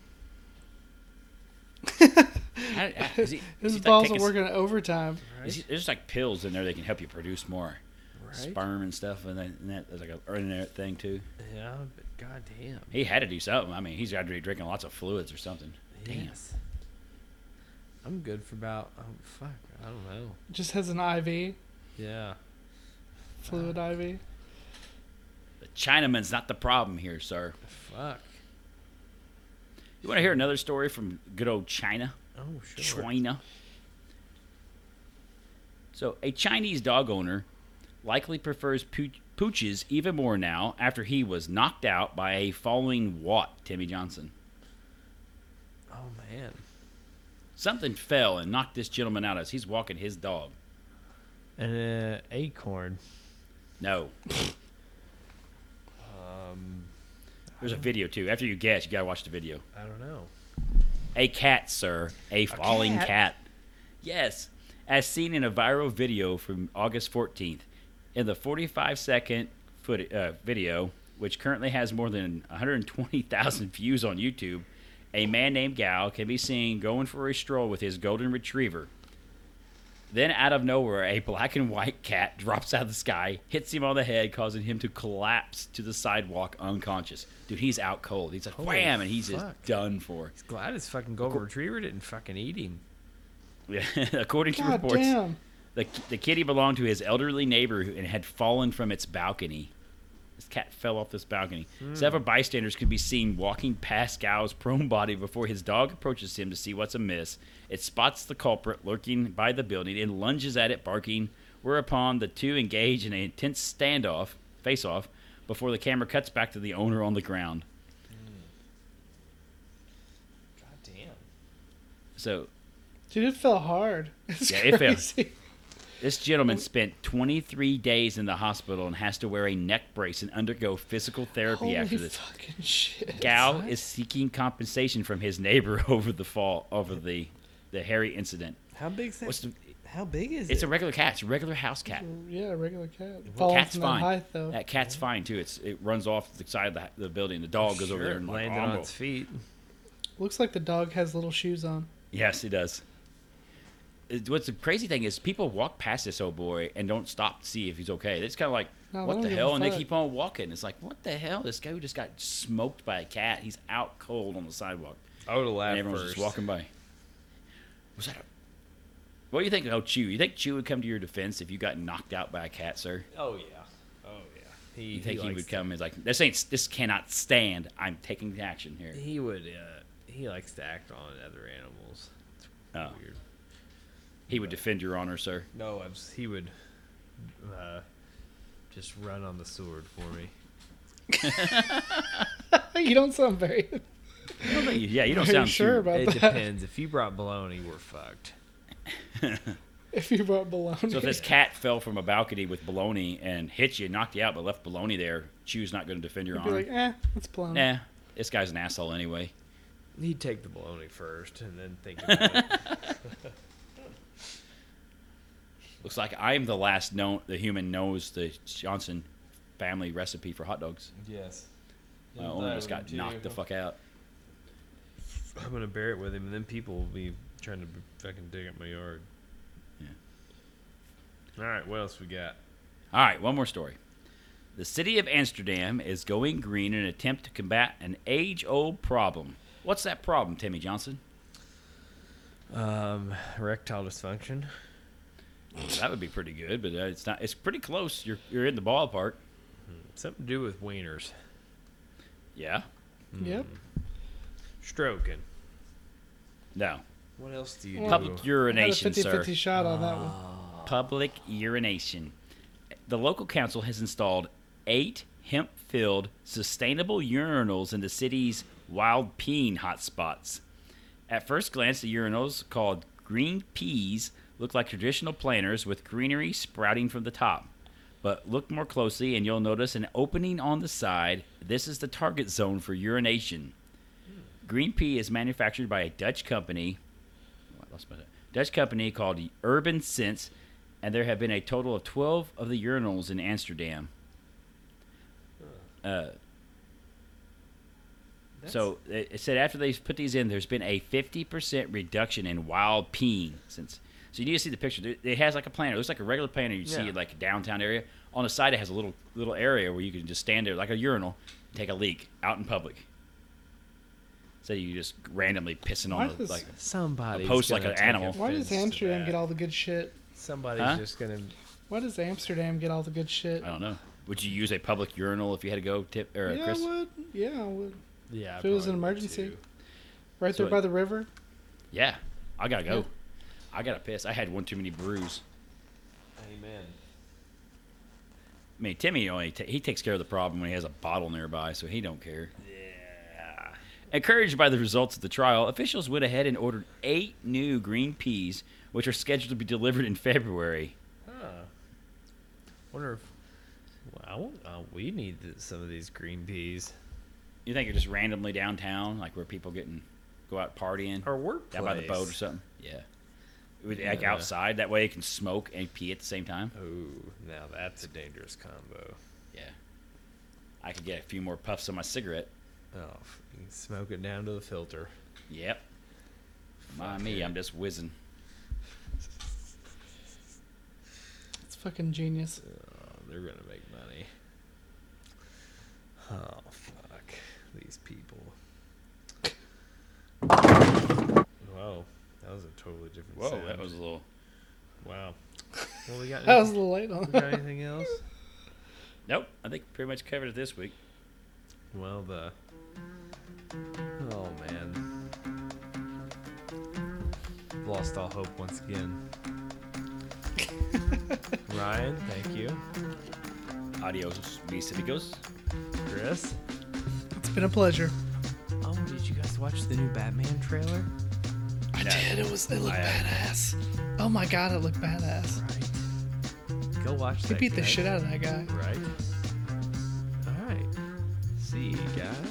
[SPEAKER 2] I, I, is he, is
[SPEAKER 3] His
[SPEAKER 2] he, like,
[SPEAKER 3] balls
[SPEAKER 2] taking
[SPEAKER 3] are
[SPEAKER 2] s-
[SPEAKER 3] working overtime.
[SPEAKER 1] Right.
[SPEAKER 2] is he- there's like pills in there that can help you produce more
[SPEAKER 1] right.
[SPEAKER 2] sperm and stuff, and, then, and that, there's like a in there thing too.
[SPEAKER 1] Yeah, but goddamn.
[SPEAKER 2] He had to do something. I mean, he's got to be drinking lots of fluids or something. Damn.
[SPEAKER 1] Yes. I'm good for about. Oh fuck. I don't know.
[SPEAKER 3] Just has an IV,
[SPEAKER 1] Yeah.
[SPEAKER 3] fluid
[SPEAKER 2] Uh,
[SPEAKER 3] IV.
[SPEAKER 2] The Chinaman's not the problem here, sir.
[SPEAKER 1] Fuck.
[SPEAKER 2] You want to hear another story from good old China?
[SPEAKER 1] Oh sure.
[SPEAKER 2] China. So, a Chinese dog owner likely prefers poo- pooches even more now after he was knocked out by a falling watt, Timmy Johnson.
[SPEAKER 1] Oh man.
[SPEAKER 2] Something fell and knocked this gentleman out as he's walking his dog.
[SPEAKER 1] An uh, acorn.
[SPEAKER 2] No.
[SPEAKER 1] Um,
[SPEAKER 2] There's a video too. After you guess, you gotta watch the video.
[SPEAKER 1] I don't know.
[SPEAKER 2] A cat, sir. A falling
[SPEAKER 1] cat?
[SPEAKER 2] cat. Yes. As seen in a viral video from August 14th. In the 45 second foot, uh, video, which currently has more than 120,000 views on YouTube, a man named Gao can be seen going for a stroll with his golden retriever. Then, out of nowhere, a black and white cat drops out of the sky, hits him on the head, causing him to collapse to the sidewalk unconscious. Dude, he's out cold. He's like,
[SPEAKER 1] Holy
[SPEAKER 2] wham, and he's
[SPEAKER 1] fuck.
[SPEAKER 2] just done for.
[SPEAKER 1] He's glad his fucking golden retriever didn't fucking eat him.
[SPEAKER 2] Yeah, According to
[SPEAKER 3] God
[SPEAKER 2] reports,
[SPEAKER 3] damn!
[SPEAKER 2] the the kitty belonged to his elderly neighbor who- and had fallen from its balcony. This cat fell off this balcony. Several bystanders could be seen walking past Gao's prone body before his dog approaches him to see what's amiss. It spots the culprit lurking by the building and lunges at it, barking. Whereupon the two engage in an intense standoff, face off, before the camera cuts back to the owner on the ground.
[SPEAKER 1] God damn.
[SPEAKER 2] So
[SPEAKER 3] Dude, it fell hard. It's
[SPEAKER 2] Yeah, it fell.
[SPEAKER 3] crazy.
[SPEAKER 2] This gentleman spent 23 days in the hospital and has to wear a neck brace and undergo physical therapy
[SPEAKER 3] Holy
[SPEAKER 2] after this.
[SPEAKER 3] fucking shit!
[SPEAKER 2] Gao is seeking compensation from his neighbor over the fall over the the hairy incident.
[SPEAKER 1] How big's that?
[SPEAKER 2] What's the,
[SPEAKER 1] How big is
[SPEAKER 2] it's
[SPEAKER 1] it?
[SPEAKER 2] a regular cat. It's a regular house cat.
[SPEAKER 3] Yeah, regular cat. Falling
[SPEAKER 2] cat's
[SPEAKER 3] from that
[SPEAKER 2] fine.
[SPEAKER 3] height, though.
[SPEAKER 2] That cat's fine too. It's it runs off the side of the, the building. The dog goes over there and like,
[SPEAKER 1] landed on
[SPEAKER 2] "Ombo."
[SPEAKER 1] its feet.
[SPEAKER 3] Looks like the dog has little shoes on.
[SPEAKER 2] Yes, it does. it- what's the crazy thing is people walk past this old boy and don't stop to see if he's okay. It's kind of like
[SPEAKER 3] No, they
[SPEAKER 2] what
[SPEAKER 3] don't
[SPEAKER 2] the
[SPEAKER 3] give a
[SPEAKER 2] hell, and they
[SPEAKER 3] fuck.
[SPEAKER 2] keep on walking. It's like what the hell? This guy who just got smoked by a cat. He's out cold on the sidewalk,
[SPEAKER 1] I would have
[SPEAKER 2] and
[SPEAKER 1] laughed
[SPEAKER 2] everyone's
[SPEAKER 1] first.
[SPEAKER 2] just walking by. Was that a? What do you think about Chew? You think Chew would come to your defense if you got knocked out by a cat, sir?
[SPEAKER 1] Oh yeah, oh yeah. He,
[SPEAKER 2] You think he,
[SPEAKER 1] likes
[SPEAKER 2] would
[SPEAKER 1] to-
[SPEAKER 2] come and is like this ain't this cannot stand. I'm taking action here.
[SPEAKER 1] He would. Uh, he likes to act on other animals. It's
[SPEAKER 2] Oh.
[SPEAKER 1] weird.
[SPEAKER 2] He would defend your honor, sir.
[SPEAKER 1] No, i he would uh, just run on the sword for me.
[SPEAKER 3] you don't sound very.
[SPEAKER 2] I don't think you- yeah, you don't
[SPEAKER 3] Are you
[SPEAKER 2] sound
[SPEAKER 3] sure
[SPEAKER 2] too-
[SPEAKER 3] about
[SPEAKER 1] It
[SPEAKER 3] that?
[SPEAKER 1] depends. If you brought baloney, we're fucked.
[SPEAKER 3] If you brought bologna,
[SPEAKER 2] So if this cat fell from a balcony with baloney and hit you, knocked you out, but left baloney there, Chew's not going to defend your
[SPEAKER 3] you'd be
[SPEAKER 2] honor.
[SPEAKER 3] like, eh, it's bologna.
[SPEAKER 2] nah, this guy's an asshole anyway.
[SPEAKER 1] He'd take the baloney first and then think about it.
[SPEAKER 2] Looks like I'm the last known the human knows the Johnson family recipe for hot dogs.
[SPEAKER 1] Yes.
[SPEAKER 2] My owner just got knocked the fuck out.
[SPEAKER 1] I'm gonna bear it with him, and then people will be trying to b- fucking dig up my yard.
[SPEAKER 2] Yeah.
[SPEAKER 1] All right, what else we got?
[SPEAKER 2] All right, one more story. The city of Amsterdam is going green in an attempt to combat an age-old problem. What's that problem, Timmy Johnson?
[SPEAKER 1] Um, erectile dysfunction.
[SPEAKER 2] That would be pretty good, but uh, it's not. It's pretty close. You're you're in the ballpark.
[SPEAKER 1] Something to do with wieners.
[SPEAKER 2] Yeah.
[SPEAKER 3] Yep.
[SPEAKER 1] Stroking.
[SPEAKER 2] No.
[SPEAKER 1] What else do you
[SPEAKER 3] Well,
[SPEAKER 2] Public
[SPEAKER 3] I had a
[SPEAKER 2] urination,
[SPEAKER 3] 50
[SPEAKER 2] sir. Ah.
[SPEAKER 3] 50 shot on that one.
[SPEAKER 2] public urination. The local council has installed eight hemp filled sustainable urinals in the city's wild peeing hotspots. At first glance, the urinals, called green peas, look like traditional planters with greenery sprouting from the top. But look more closely, and you'll notice an opening on the side. This is the target zone for urination. Green pea is manufactured by a Dutch company I lost my Dutch company called Urban Sense, and there have been a total of 12 of the urinals in Amsterdam. Uh, so it it said after they've put these in, there's been a 50% reduction in wild peeing since. So you need to see the picture. There- It has like a planter. It looks like a regular planter you would see
[SPEAKER 1] Yeah.
[SPEAKER 2] in like a downtown area. On the side, it has a little little area where you can just stand there like a urinal, take a leak out in public. So you just randomly pissing
[SPEAKER 3] Why
[SPEAKER 2] on the,
[SPEAKER 3] does-
[SPEAKER 2] like
[SPEAKER 1] Somebody
[SPEAKER 2] A post like an animal.
[SPEAKER 3] Why does Amsterdam get all the good shit?
[SPEAKER 1] Somebody's
[SPEAKER 2] Huh?
[SPEAKER 1] just gonna.
[SPEAKER 3] Why does Amsterdam get all the good shit?
[SPEAKER 2] I don't know. Would you use a public urinal if you had to go tip or
[SPEAKER 3] yeah,
[SPEAKER 2] Chris?
[SPEAKER 3] I would. Yeah, I would.
[SPEAKER 1] Yeah.
[SPEAKER 3] If it was an emergency. Right
[SPEAKER 2] So
[SPEAKER 3] there
[SPEAKER 2] it-
[SPEAKER 3] by the river.
[SPEAKER 2] Yeah, I gotta go.
[SPEAKER 3] Yeah.
[SPEAKER 2] I gotta piss. I had one too many brews.
[SPEAKER 1] Amen.
[SPEAKER 2] I mean, Timmy only ta- he takes care of the problem when he has a bottle nearby, so he don't care.
[SPEAKER 1] Yeah.
[SPEAKER 2] Encouraged by the results of the trial, officials went ahead and ordered eight new green peas, which are scheduled to be delivered in February.
[SPEAKER 1] Huh. Wonder if. Well, I want- uh, we need th- some of these green peas.
[SPEAKER 2] You think you're just randomly downtown, like where people getting go out partying
[SPEAKER 1] Our workplace.
[SPEAKER 2] down by the boat or something? Yeah, With- like
[SPEAKER 1] Yeah.
[SPEAKER 2] outside. That way, you can smoke and pee at the same time.
[SPEAKER 1] Oh, now that's a dangerous combo.
[SPEAKER 2] Yeah. I could get a few more puffs on my cigarette.
[SPEAKER 1] Oh, f- you can smoke it down to the filter.
[SPEAKER 2] Yep. Mind me, I'm just whizzing.
[SPEAKER 3] It's fucking genius.
[SPEAKER 1] Oh, they're gonna make money. Oh fuck these people. Whoa, that was a totally different.
[SPEAKER 2] Whoa,
[SPEAKER 1] sound.
[SPEAKER 2] that was a little.
[SPEAKER 1] wow. Well,
[SPEAKER 2] Uh,
[SPEAKER 1] we got.
[SPEAKER 3] That was a
[SPEAKER 1] anything-
[SPEAKER 3] little late on
[SPEAKER 1] we got anything else?
[SPEAKER 2] Nope, I think pretty much covered it this week.
[SPEAKER 1] Well, the. Oh man. Lost all hope once again. Ryan, thank you.
[SPEAKER 2] Adios, mis amigos.
[SPEAKER 1] Chris.
[SPEAKER 3] It's been a pleasure.
[SPEAKER 1] Oh, did you guys watch the new Batman trailer?
[SPEAKER 3] I
[SPEAKER 2] No.
[SPEAKER 3] did. It was. It
[SPEAKER 2] uh,
[SPEAKER 3] looked badass. Oh my god, it looked badass.
[SPEAKER 1] Right. Go watch
[SPEAKER 3] He
[SPEAKER 1] that.
[SPEAKER 3] beat the
[SPEAKER 1] guys.
[SPEAKER 3] shit out of that guy.
[SPEAKER 1] Right. All right. See you guys.